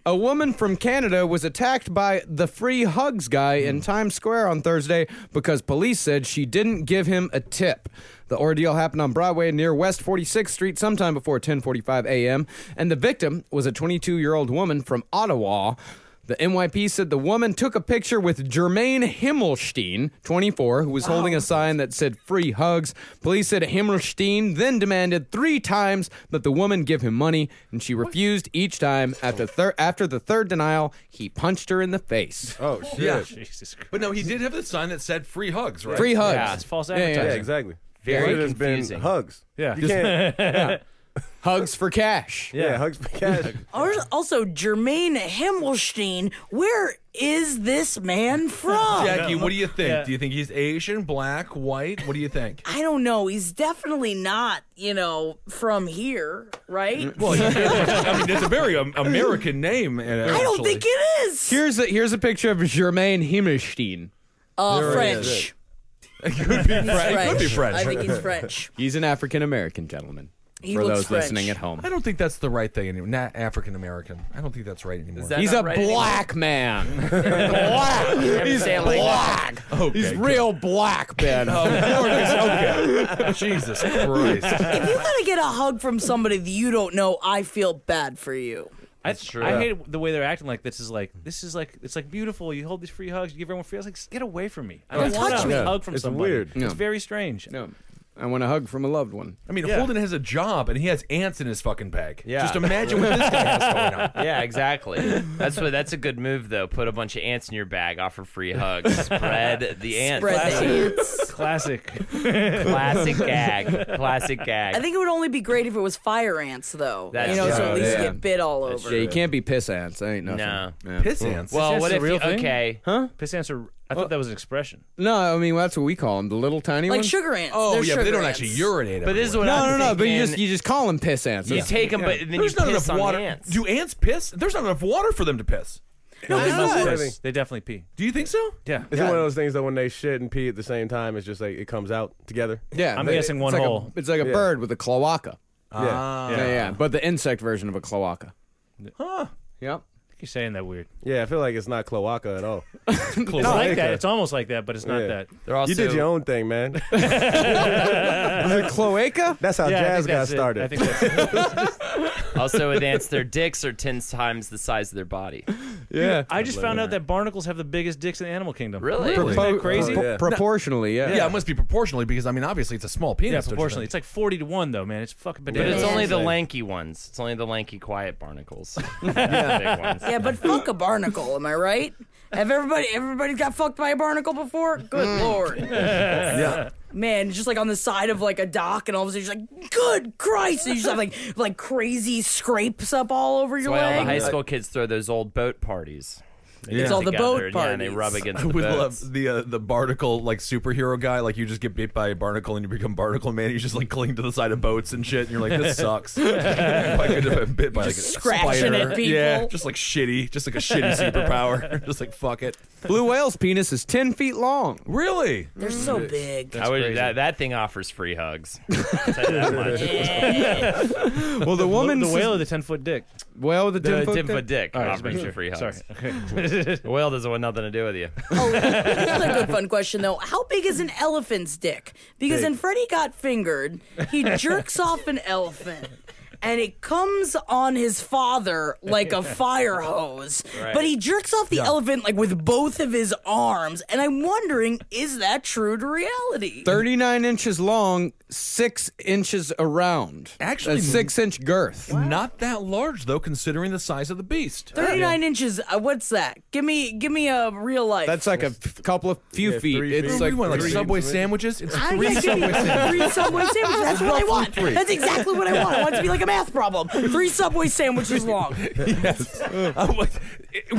Speaker 6: A woman from Canada was attacked by the free hugs guy in Times Square on Thursday because police said she didn't give him a tip. The ordeal happened on Broadway near West 46th Street sometime before 10:45 a.m. and the victim was a 22-year-old woman from Ottawa. The NYP said the woman took a picture with Jermaine Himmelstein, 24, who was holding a sign that said free hugs. Police said Himmelstein then demanded three times that the woman give him money, and she refused each time. After, thir- after the third denial, he punched her in the face.
Speaker 5: Oh shit.
Speaker 7: Yeah.
Speaker 10: Jesus Christ.
Speaker 7: But no, he did have the sign that said "free hugs," right?
Speaker 6: Free hugs.
Speaker 8: Yeah,
Speaker 10: It's false
Speaker 6: yeah.
Speaker 10: advertising.
Speaker 5: Yeah, exactly.
Speaker 8: Very
Speaker 5: Should have
Speaker 8: confusing.
Speaker 5: been hugs.
Speaker 10: Yeah.
Speaker 5: You can't.
Speaker 6: Hugs for cash.
Speaker 5: yeah, hugs for cash.
Speaker 9: Al- Also, Jermaine Himmelstein, where is this man from?
Speaker 7: Jackie, what do you think? Do you think he's Asian, black, white? What do you think?
Speaker 9: I don't know. He's definitely not, you know, from here, right?
Speaker 7: Mm, Well, I mean, it's a very um, American name.
Speaker 9: I don't think it is.
Speaker 6: Here's a, here's a picture of Jermaine Himmelstein.
Speaker 9: uh, French.
Speaker 7: could be French. It could be French.
Speaker 9: I think he's French.
Speaker 6: He's an African American gentleman.
Speaker 9: He
Speaker 6: for
Speaker 9: looks
Speaker 6: those
Speaker 9: French.
Speaker 6: listening at home,
Speaker 7: I don't think that's the right thing anymore. Not African American. I don't think that's right anymore.
Speaker 8: that-
Speaker 6: he's
Speaker 8: not
Speaker 6: a
Speaker 8: right anymore.
Speaker 6: black man. black. He's
Speaker 8: saying like-
Speaker 6: black. Oh,
Speaker 7: okay,
Speaker 6: He's
Speaker 7: good.
Speaker 6: real black, Ben.
Speaker 7: okay. Jesus Christ.
Speaker 9: If you gotta get a hug from somebody that you don't know, I feel bad for you.
Speaker 10: That's
Speaker 8: true.
Speaker 10: I hate the way they're acting like this is like this is like it's like beautiful. You hold these free hugs, you give everyone free hugs. Like, get away from me! I don't
Speaker 9: Don't
Speaker 10: want
Speaker 9: touch
Speaker 10: a
Speaker 9: me.
Speaker 10: hug from
Speaker 5: It's
Speaker 10: somebody.
Speaker 5: weird.
Speaker 10: It's very strange.
Speaker 6: No. I want a hug from a loved one.
Speaker 7: I mean, Holden has a job and he has ants in his fucking bag. Yeah. Just imagine what this guy has going on.
Speaker 8: Yeah, exactly. That's what. That's a good move, though. Put a bunch of ants in your bag. Offer free hugs. Spread the ants.
Speaker 9: Spread the ants.
Speaker 10: Classic.
Speaker 8: Classic gag. Classic gag.
Speaker 9: I think it would only be great if it was fire ants, though.
Speaker 8: That's
Speaker 9: you know, so
Speaker 8: true,
Speaker 9: at least
Speaker 6: yeah.
Speaker 9: you get bit all over.
Speaker 6: Yeah, you can't be piss ants. That ain't nothing.
Speaker 8: No.
Speaker 6: Yeah.
Speaker 7: Piss ants.
Speaker 8: Mm. well,
Speaker 10: That's
Speaker 8: what
Speaker 10: a
Speaker 8: if
Speaker 10: real
Speaker 8: you,
Speaker 10: thing?
Speaker 8: okay?
Speaker 10: Piss ants are. I thought that was an expression.
Speaker 6: No, I mean that's what we call them, the little tiny
Speaker 9: like
Speaker 6: ones.
Speaker 9: sugar ants.
Speaker 7: Oh
Speaker 9: They're
Speaker 7: yeah, but they
Speaker 9: sugar
Speaker 7: don't
Speaker 9: ants.
Speaker 7: actually urinate.
Speaker 8: But this is what
Speaker 6: No,
Speaker 8: I'm
Speaker 6: no, no. But you
Speaker 8: thinking.
Speaker 6: just you just call them piss ants.
Speaker 8: You
Speaker 6: That's-
Speaker 8: take them, but then
Speaker 7: There's
Speaker 8: you
Speaker 7: not
Speaker 8: piss
Speaker 7: enough
Speaker 8: on
Speaker 7: water.
Speaker 8: the ants.
Speaker 7: Do ants piss? There's not enough water for them to piss.
Speaker 10: they must
Speaker 5: not.
Speaker 10: piss. They definitely pee.
Speaker 7: Do you think so?
Speaker 10: Yeah.
Speaker 5: Is it one of those things that when they shit and pee at the same time, it's just like it comes out together?
Speaker 6: yeah,
Speaker 10: I'm
Speaker 6: they-
Speaker 10: guessing
Speaker 6: it's
Speaker 10: one
Speaker 6: like a-
Speaker 10: hole.
Speaker 6: it's like a
Speaker 5: Yeah.
Speaker 6: bird with a cloaca.
Speaker 10: Ah.
Speaker 5: Yeah.
Speaker 6: Yeah, yeah, but the insect version of a cloaca.
Speaker 7: Huh.
Speaker 6: Yep.
Speaker 10: You're saying that weird.
Speaker 5: Yeah, I feel like it's not cloaca at all.
Speaker 10: It's like that.
Speaker 5: okay.
Speaker 10: It's almost like that, but it's not
Speaker 5: Yeah.
Speaker 10: that.
Speaker 8: They're also
Speaker 5: You did your own thing, man.
Speaker 6: The cloaca?
Speaker 5: That's how
Speaker 10: Yeah, I
Speaker 5: jazz
Speaker 10: think
Speaker 5: got
Speaker 10: that's it.
Speaker 5: started.
Speaker 10: I think that's
Speaker 8: also with ants, their dicks are ten times the size of their body.
Speaker 6: Yeah.
Speaker 10: I just found out that barnacles have the biggest dicks in the animal kingdom.
Speaker 8: Really?
Speaker 10: Isn't that crazy?
Speaker 5: Oh, yeah.
Speaker 6: Proportionally, yeah.
Speaker 7: Yeah. it must be proportionally because I mean, obviously, it's a small penis.
Speaker 10: Yeah,
Speaker 7: don't you
Speaker 10: proportionally. It's
Speaker 7: think?
Speaker 10: like 40 to 1, though, man. It's fucking
Speaker 8: But
Speaker 10: bananas.
Speaker 8: it's
Speaker 9: Yeah.
Speaker 8: only the lanky ones. It's only the lanky, quiet barnacles. yeah. Big ones.
Speaker 9: Yeah, but fuck a barnacle. Am I right? Have everybody everybody got fucked by a barnacle before? Good
Speaker 7: Mm.
Speaker 9: lord. Man, just like on the side of like a dock, and all of a sudden you're just like, good Christ! And you just have like like crazy scrapes up all over your
Speaker 8: That's why all the
Speaker 9: leg.
Speaker 8: high school kids throw those old boat parties. They
Speaker 7: It's
Speaker 8: get
Speaker 9: all the
Speaker 8: together,
Speaker 9: boat
Speaker 8: and, Yeah, and they
Speaker 9: parties.
Speaker 8: rub against
Speaker 7: I
Speaker 8: the
Speaker 7: would
Speaker 8: boats.
Speaker 7: love the uh, the barnacle like superhero guy. Like you just get bit by a barnacle and you become barnacle man. You just like cling to the side of boats and shit. And you're like, this sucks. if I could have been bit by like
Speaker 9: Just
Speaker 7: a
Speaker 9: scratching
Speaker 7: spider.
Speaker 9: at
Speaker 7: Yeah,
Speaker 9: people.
Speaker 7: just like shitty, just like a shitty superpower. just like fuck it.
Speaker 6: Blue whale's penis is 10 feet long.
Speaker 7: Really?
Speaker 9: They're so
Speaker 8: Mm.
Speaker 9: big.
Speaker 8: I would, that, that thing offers free hugs. I'll tell you that much.
Speaker 6: Well, the
Speaker 10: The-
Speaker 6: woman.
Speaker 10: the whale of the 10 foot dick.
Speaker 6: Whale with a
Speaker 8: The
Speaker 6: 10 foot
Speaker 8: tip of a dick
Speaker 10: All right, just
Speaker 8: offers
Speaker 10: making
Speaker 8: you
Speaker 10: sure.
Speaker 8: free hugs.
Speaker 10: Sorry.
Speaker 8: The whale doesn't want nothing to do with you.
Speaker 9: Oh, here's a good fun question though. How big is an elephant's dick? Because when Freddy got fingered, he jerks off an elephant. And it comes on his father like a fire hose. But he jerks off the elephant like with both of his arms. And I'm wondering, is that true to reality?
Speaker 6: 39 inches long, 6 inches around.
Speaker 7: Actually-
Speaker 6: A 6 inch girth.
Speaker 7: Not that large though, considering the size of the beast.
Speaker 9: 39 inches. Uh, what's that? Give me give me a real life.
Speaker 6: That's like a f- couple of few feet.
Speaker 5: three feet.
Speaker 6: It's
Speaker 7: What do
Speaker 6: like,
Speaker 7: you want, like
Speaker 5: three
Speaker 7: Subway
Speaker 5: inches.
Speaker 7: sandwiches. It's
Speaker 9: I-
Speaker 7: three
Speaker 9: yeah, give
Speaker 7: Subway
Speaker 9: me
Speaker 7: sandwiches.
Speaker 9: Three Subway sandwiches. That's what I want.
Speaker 7: three.
Speaker 9: That's exactly what I want. I want it to be like a math problem. Three Subway sandwiches long.
Speaker 7: Yes. I'm like,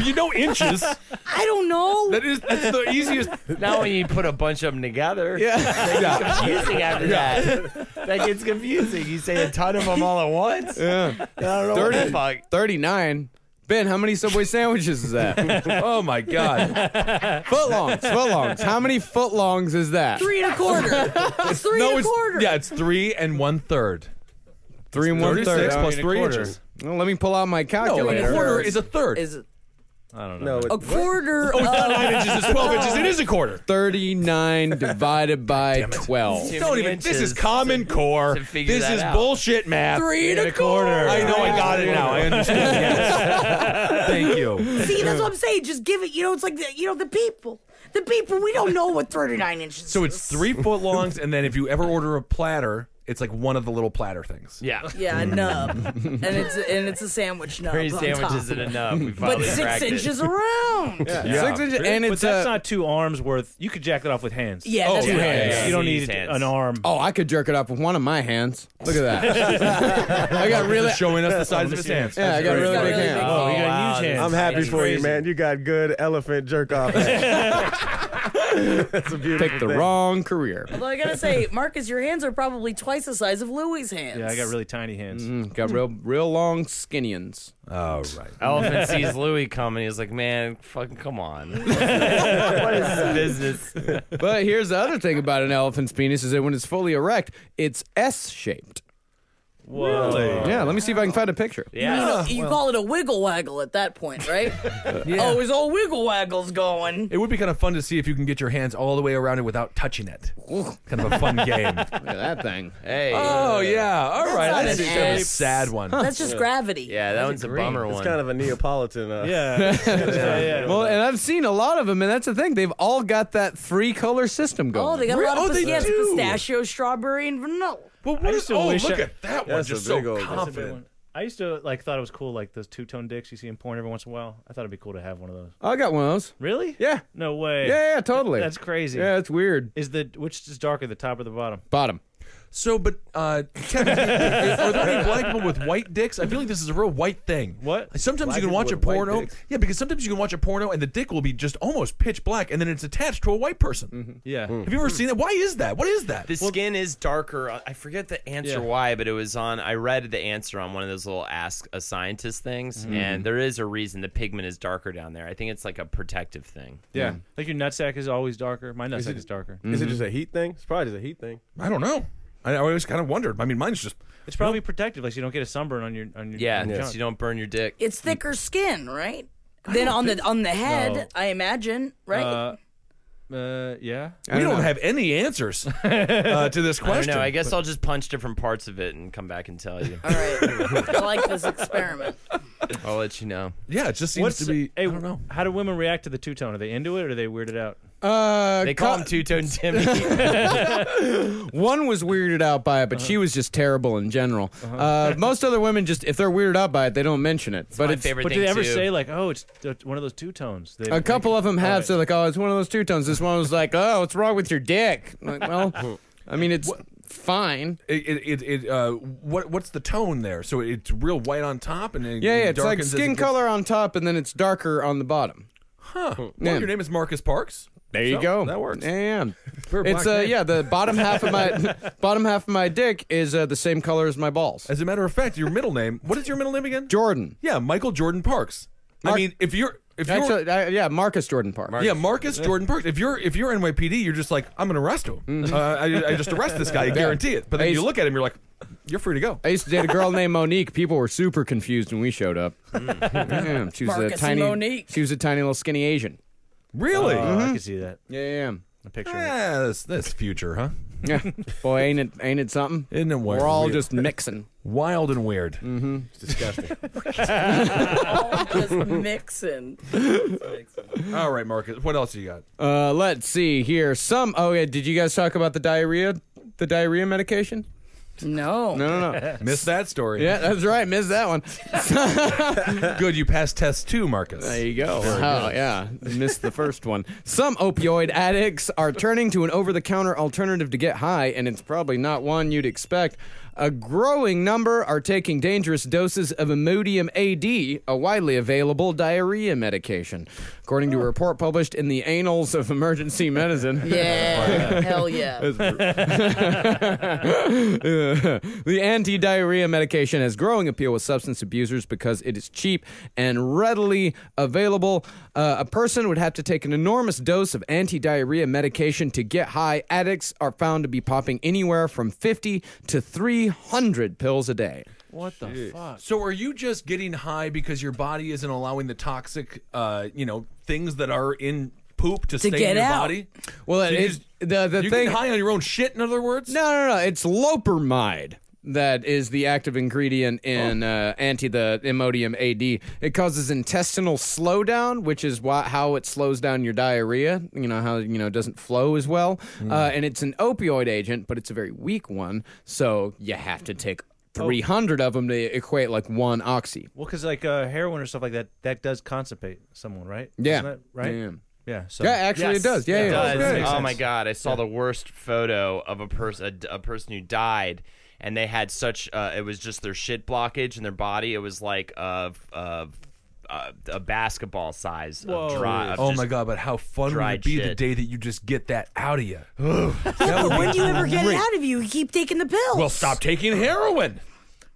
Speaker 7: you know inches. That
Speaker 9: I don't know.
Speaker 7: is that's the easiest.
Speaker 8: Now when you put a bunch of them together, yeah. that gets confusing after that. That gets confusing. You say a ton of them all at once.
Speaker 6: yeah.
Speaker 8: I don't know what the fuck.
Speaker 6: 39. Ben, how many Subway sandwiches is that?
Speaker 7: Oh my god.
Speaker 6: footlongs, footlongs. How many footlongs is that?
Speaker 9: three and a quarter. It's three and a
Speaker 7: it's
Speaker 9: quarter.
Speaker 7: yeah, it's three and one third.
Speaker 6: Three and one third.
Speaker 7: Thirty-six plus three inches.
Speaker 6: Well, let me pull out my
Speaker 7: No, a
Speaker 6: calculator.
Speaker 7: quarter is a third.
Speaker 9: Is it
Speaker 10: I don't
Speaker 5: no,
Speaker 10: know. Oh,
Speaker 5: it,
Speaker 9: a quarter of
Speaker 7: Nine inches is twelve inches. It is a quarter.
Speaker 6: 39 divided by 12.
Speaker 8: Too
Speaker 7: Don't
Speaker 8: many
Speaker 7: even. This is
Speaker 8: inches
Speaker 7: common core.
Speaker 8: to figure
Speaker 7: This
Speaker 8: that
Speaker 7: is
Speaker 8: out.
Speaker 7: bullshit math.
Speaker 9: three and a quarter?
Speaker 7: I know. I got it now. I understand. Yes. Thank you.
Speaker 9: See, that's what I'm saying. Just give it. You know, it's like the, you know the people. The people. We don't know what 39 inches.
Speaker 7: So it's three foot longs, and then if you ever order a platter, it's like one of the little platter things.
Speaker 8: Yeah.
Speaker 9: Yeah, a nub, and it's and it's a sandwich nub.
Speaker 8: Three
Speaker 9: on
Speaker 8: sandwiches
Speaker 9: top.
Speaker 8: and a nub. We
Speaker 9: But
Speaker 8: finally
Speaker 9: six
Speaker 8: cracked it.
Speaker 9: inches around. Yeah,
Speaker 6: Six inches, and
Speaker 10: but
Speaker 6: it's
Speaker 10: that's
Speaker 6: uh,
Speaker 10: not two arms worth. You could jack that off with hands.
Speaker 9: that's
Speaker 6: two
Speaker 9: right.
Speaker 6: hands.
Speaker 8: Yeah.
Speaker 10: You don't
Speaker 8: These
Speaker 10: need
Speaker 8: hands.
Speaker 10: an arm.
Speaker 6: Oh, I could jerk it off with one of my hands. Look at that. I got really.
Speaker 7: Showing us the size of his hands.
Speaker 6: Yeah, I got really big
Speaker 9: really
Speaker 6: hands.
Speaker 9: big.
Speaker 10: Oh, you got
Speaker 8: wow,
Speaker 10: huge
Speaker 8: this
Speaker 10: hands.
Speaker 5: I'm happy
Speaker 10: That's
Speaker 5: for you,
Speaker 10: crazy.
Speaker 5: man. You got good elephant jerk off. That's a beautiful
Speaker 6: Picked the
Speaker 5: thing.
Speaker 6: wrong career.
Speaker 9: Although I gotta say, Marcus, your hands are probably twice the size of Louie's hands.
Speaker 10: Yeah, I got really tiny hands.
Speaker 6: Got real, real long skinnions.
Speaker 7: All right.
Speaker 8: Elephant sees Louis coming. He's like, man, fucking come on. what is this business?
Speaker 6: But here's the other thing about an elephant's penis is that when it's fully erect, it's S shaped.
Speaker 10: Whoa.
Speaker 6: Yeah, let me see if I can find a picture.
Speaker 8: Yeah.
Speaker 9: You, know, you call it a wiggle waggle at that point, right? Oh, his old wiggle waggle's going.
Speaker 7: It would be kind of fun to see if you can get your hands all the way around it without touching it. kind of a fun game.
Speaker 6: Look at that thing.
Speaker 8: Hey.
Speaker 7: Oh yeah. All right.
Speaker 9: not
Speaker 7: That's
Speaker 9: an
Speaker 7: kind of a
Speaker 9: S.
Speaker 7: sad one.
Speaker 9: That's just gravity.
Speaker 8: yeah, that one's a bummer one.
Speaker 5: It's kind of a Neapolitan. Uh,
Speaker 10: Yeah. yeah, yeah.
Speaker 6: Well, and I've seen a lot of them, and that's the thing. They've all got that three color system
Speaker 9: Oh,
Speaker 6: going.
Speaker 9: they got a lot of
Speaker 7: Oh, they
Speaker 9: pis- yes,
Speaker 7: do.
Speaker 9: pistachio, strawberry, and vanilla.
Speaker 7: But what
Speaker 10: I
Speaker 7: is,
Speaker 10: still
Speaker 7: oh,
Speaker 10: wish
Speaker 7: look
Speaker 10: I-
Speaker 7: at that one.
Speaker 5: That's
Speaker 7: Just
Speaker 5: a big
Speaker 7: so
Speaker 5: old- That's a
Speaker 10: That's a big
Speaker 7: confident.
Speaker 10: one. I used to like thought it was cool, like those two tone dicks you see in porn every once in a while. I thought it'd be cool to have one of those.
Speaker 6: I got one of those.
Speaker 10: Really?
Speaker 6: Yeah.
Speaker 10: No way.
Speaker 6: Yeah, yeah, totally.
Speaker 10: That's crazy.
Speaker 6: Yeah, it's weird.
Speaker 10: Is the which is darker, the top or the bottom?
Speaker 6: Bottom.
Speaker 7: So, but uh, Kevin, are there any black people with white dicks? I feel like this is a real white thing.
Speaker 10: What?
Speaker 7: Sometimes you can
Speaker 5: people
Speaker 7: watch a
Speaker 5: with white
Speaker 7: porno.
Speaker 5: dicks?
Speaker 7: Yeah, because sometimes you can watch a porno and the dick will be just almost pitch black, and then it's attached to a white person.
Speaker 10: Yeah.
Speaker 8: Hmm.
Speaker 7: Have you ever seen that? Why is that? What is that?
Speaker 8: The skin is darker. on- I forget the answer
Speaker 10: Yeah.
Speaker 8: why, but it was on. I read the answer on one of those little ask a scientist things, and there is a reason the pigment is darker down there. I think it's like a protective thing.
Speaker 6: Yeah.
Speaker 10: Like your nutsack is always darker. My nutsack is darker.
Speaker 5: Is it just a heat thing? It's probably just a heat thing.
Speaker 7: I don't know. I, I always kind of wondered. I mean, mine's just.
Speaker 10: It's probably protective, like so you don't get a sunburn on your on your
Speaker 8: Yeah,
Speaker 10: on your
Speaker 8: so you
Speaker 10: junk.
Speaker 8: don't burn your dick.
Speaker 9: It's thicker skin, right? Then on the on the head,
Speaker 10: No.
Speaker 9: I imagine, right?
Speaker 10: Uh, uh, yeah.
Speaker 6: I
Speaker 7: we
Speaker 6: don't
Speaker 7: don't
Speaker 6: know.
Speaker 7: have any answers uh, to this
Speaker 8: I don't
Speaker 7: question.
Speaker 8: know. I guess I'll just punch different parts of it and come back and tell you.
Speaker 9: All right. I like this experiment.
Speaker 8: I'll let you know.
Speaker 7: yeah, it just seems
Speaker 10: What's
Speaker 7: to be.
Speaker 10: hey,
Speaker 7: I don't know.
Speaker 10: How do women react to the two tone? Are they into it or are they weirded out?
Speaker 6: Uh,
Speaker 8: They call
Speaker 6: co-
Speaker 8: him Two Tone Timmy.
Speaker 6: one was weirded out by it,
Speaker 7: Uh-huh.
Speaker 6: but she was just terrible in general. uh most other women just, if they're weirded out by it, they don't mention it. but
Speaker 8: My
Speaker 6: it's,
Speaker 8: favorite
Speaker 10: But do
Speaker 8: thing
Speaker 10: they ever
Speaker 8: too.
Speaker 10: say like, "Oh, it's it's one of those two tones"? They-
Speaker 6: a couple of them have
Speaker 10: Alright.
Speaker 6: said like, "Oh, it's one of those two tones." This one was like, "Oh, what's wrong with your dick?" I'm like, well, I mean, it's fine.
Speaker 7: It, it, it, it, uh, what, what's the tone there? So it's real white on top, and it
Speaker 6: Yeah, yeah. It's like
Speaker 7: darkens as it
Speaker 6: skin
Speaker 7: gets-
Speaker 6: color on top, and then it's darker on the bottom.
Speaker 7: Well,
Speaker 6: Yeah.
Speaker 7: your name is Marcus Parks.
Speaker 6: There you
Speaker 7: So,
Speaker 6: go.
Speaker 7: That works.
Speaker 6: Yeah,
Speaker 7: We're a
Speaker 6: it's
Speaker 7: black
Speaker 6: uh,
Speaker 7: man.
Speaker 6: yeah. The bottom half of my bottom half of my dick is uh, the same color as my balls.
Speaker 7: As a matter of fact, your middle name. What is your middle name again?
Speaker 6: Jordan.
Speaker 7: Yeah, Michael Jordan Parks. I
Speaker 6: Mark-
Speaker 7: mean, if you're if you're
Speaker 6: Actually, I, yeah, Marcus Jordan Park.
Speaker 7: yeah Marcus Jordan Parks. If you're if you're NYPD, you're just like I'm gonna arrest him.
Speaker 6: Mm.
Speaker 7: Uh, I, I just arrest this guy. I guarantee it. But then
Speaker 6: Hey,
Speaker 7: you
Speaker 6: s-
Speaker 7: look at him, you're like, you're free to go.
Speaker 6: I used to date a girl named Monique. People were super confused when we showed up. Yeah, she was
Speaker 9: Marcus
Speaker 6: a
Speaker 9: and
Speaker 6: tiny,
Speaker 9: Monique.
Speaker 6: She was a tiny little skinny Asian.
Speaker 7: Really? Mm-hmm.
Speaker 10: Oh,
Speaker 6: Mm-hmm.
Speaker 10: I can see that.
Speaker 6: Yeah, yeah,
Speaker 10: A picture.
Speaker 8: Ah.
Speaker 10: of it.
Speaker 7: Yeah, that's, that's future, huh?
Speaker 6: yeah. yeah. Boy, ain't it, ain't it something?
Speaker 7: Isn't it
Speaker 6: We're all
Speaker 7: weird?
Speaker 6: just Mm-hmm. mixing.
Speaker 7: Wild and weird.
Speaker 5: It's disgusting.
Speaker 9: All just mixing.
Speaker 7: All right, Marcus. What else you got?
Speaker 6: Uh, let's see here. Some. Oh yeah. Did you guys talk about the diarrhea? The diarrhea medication?
Speaker 9: No.
Speaker 6: No, no, no.
Speaker 7: Missed that story.
Speaker 6: Yeah, that's right. Missed that one.
Speaker 7: Good. You passed test two, Marcus.
Speaker 6: There you go. Oh, yeah. Missed the first one. Some opioid addicts are turning to an over the counter alternative to get high, and it's probably not one you'd expect. A growing number are taking dangerous doses of Imodium AD, a widely available diarrhea medication, according to a report published in the Annals of Emergency Medicine.
Speaker 9: Yeah. Hell yeah.
Speaker 6: the anti diarrhea medication has growing appeal with substance abusers because it is cheap and readily available. Uh, a person would have to take an enormous dose of anti diarrhea medication to get high. Addicts are found to be popping anywhere from 50 to 300 pills a day.
Speaker 10: What the fuck?
Speaker 7: So are you just getting high because your body isn't allowing the toxic, uh, you know, things that are in poop to, stay
Speaker 9: get
Speaker 7: in your
Speaker 9: out.
Speaker 7: body?
Speaker 6: Well, it
Speaker 7: you
Speaker 6: is- the- the
Speaker 7: you're
Speaker 6: thing-
Speaker 7: getting high on your own shit. In other words,
Speaker 6: No, no, no. It's lopermide that is the active ingredient
Speaker 8: Oh.
Speaker 6: in uh, anti the Imodium AD. It causes intestinal slowdown, which is why, how it slows down your diarrhea. You know how you know it doesn't flow as well,
Speaker 8: Hmm.
Speaker 6: uh, and it's an opioid agent, but it's a very weak one. So you have to take.
Speaker 8: Oh.
Speaker 6: 300 of them to equate like one oxy.
Speaker 10: Well, because like uh, heroin or stuff like that, that does constipate someone, right?
Speaker 6: Yeah.
Speaker 10: Doesn't it? right.
Speaker 6: Yeah.
Speaker 10: Yeah. So
Speaker 6: Yeah, actually it
Speaker 8: Yes,
Speaker 6: does. Yeah, yeah.
Speaker 8: it
Speaker 6: yeah.
Speaker 8: does.
Speaker 10: Yeah, it makes
Speaker 8: Oh
Speaker 10: sense.
Speaker 8: my god, I saw the worst photo of a person, a, person who died, and they had such. Uh, it was just their shit blockage in their body. It was like of of uh, a basketball size of dry. Of
Speaker 7: Oh
Speaker 8: just-
Speaker 7: my god! But how fun would
Speaker 8: dried
Speaker 7: it be the
Speaker 8: shit.
Speaker 7: day that you just get that out of you?
Speaker 9: But when do you ever get it out of you? You keep taking the pills.
Speaker 7: Well, stop taking heroin.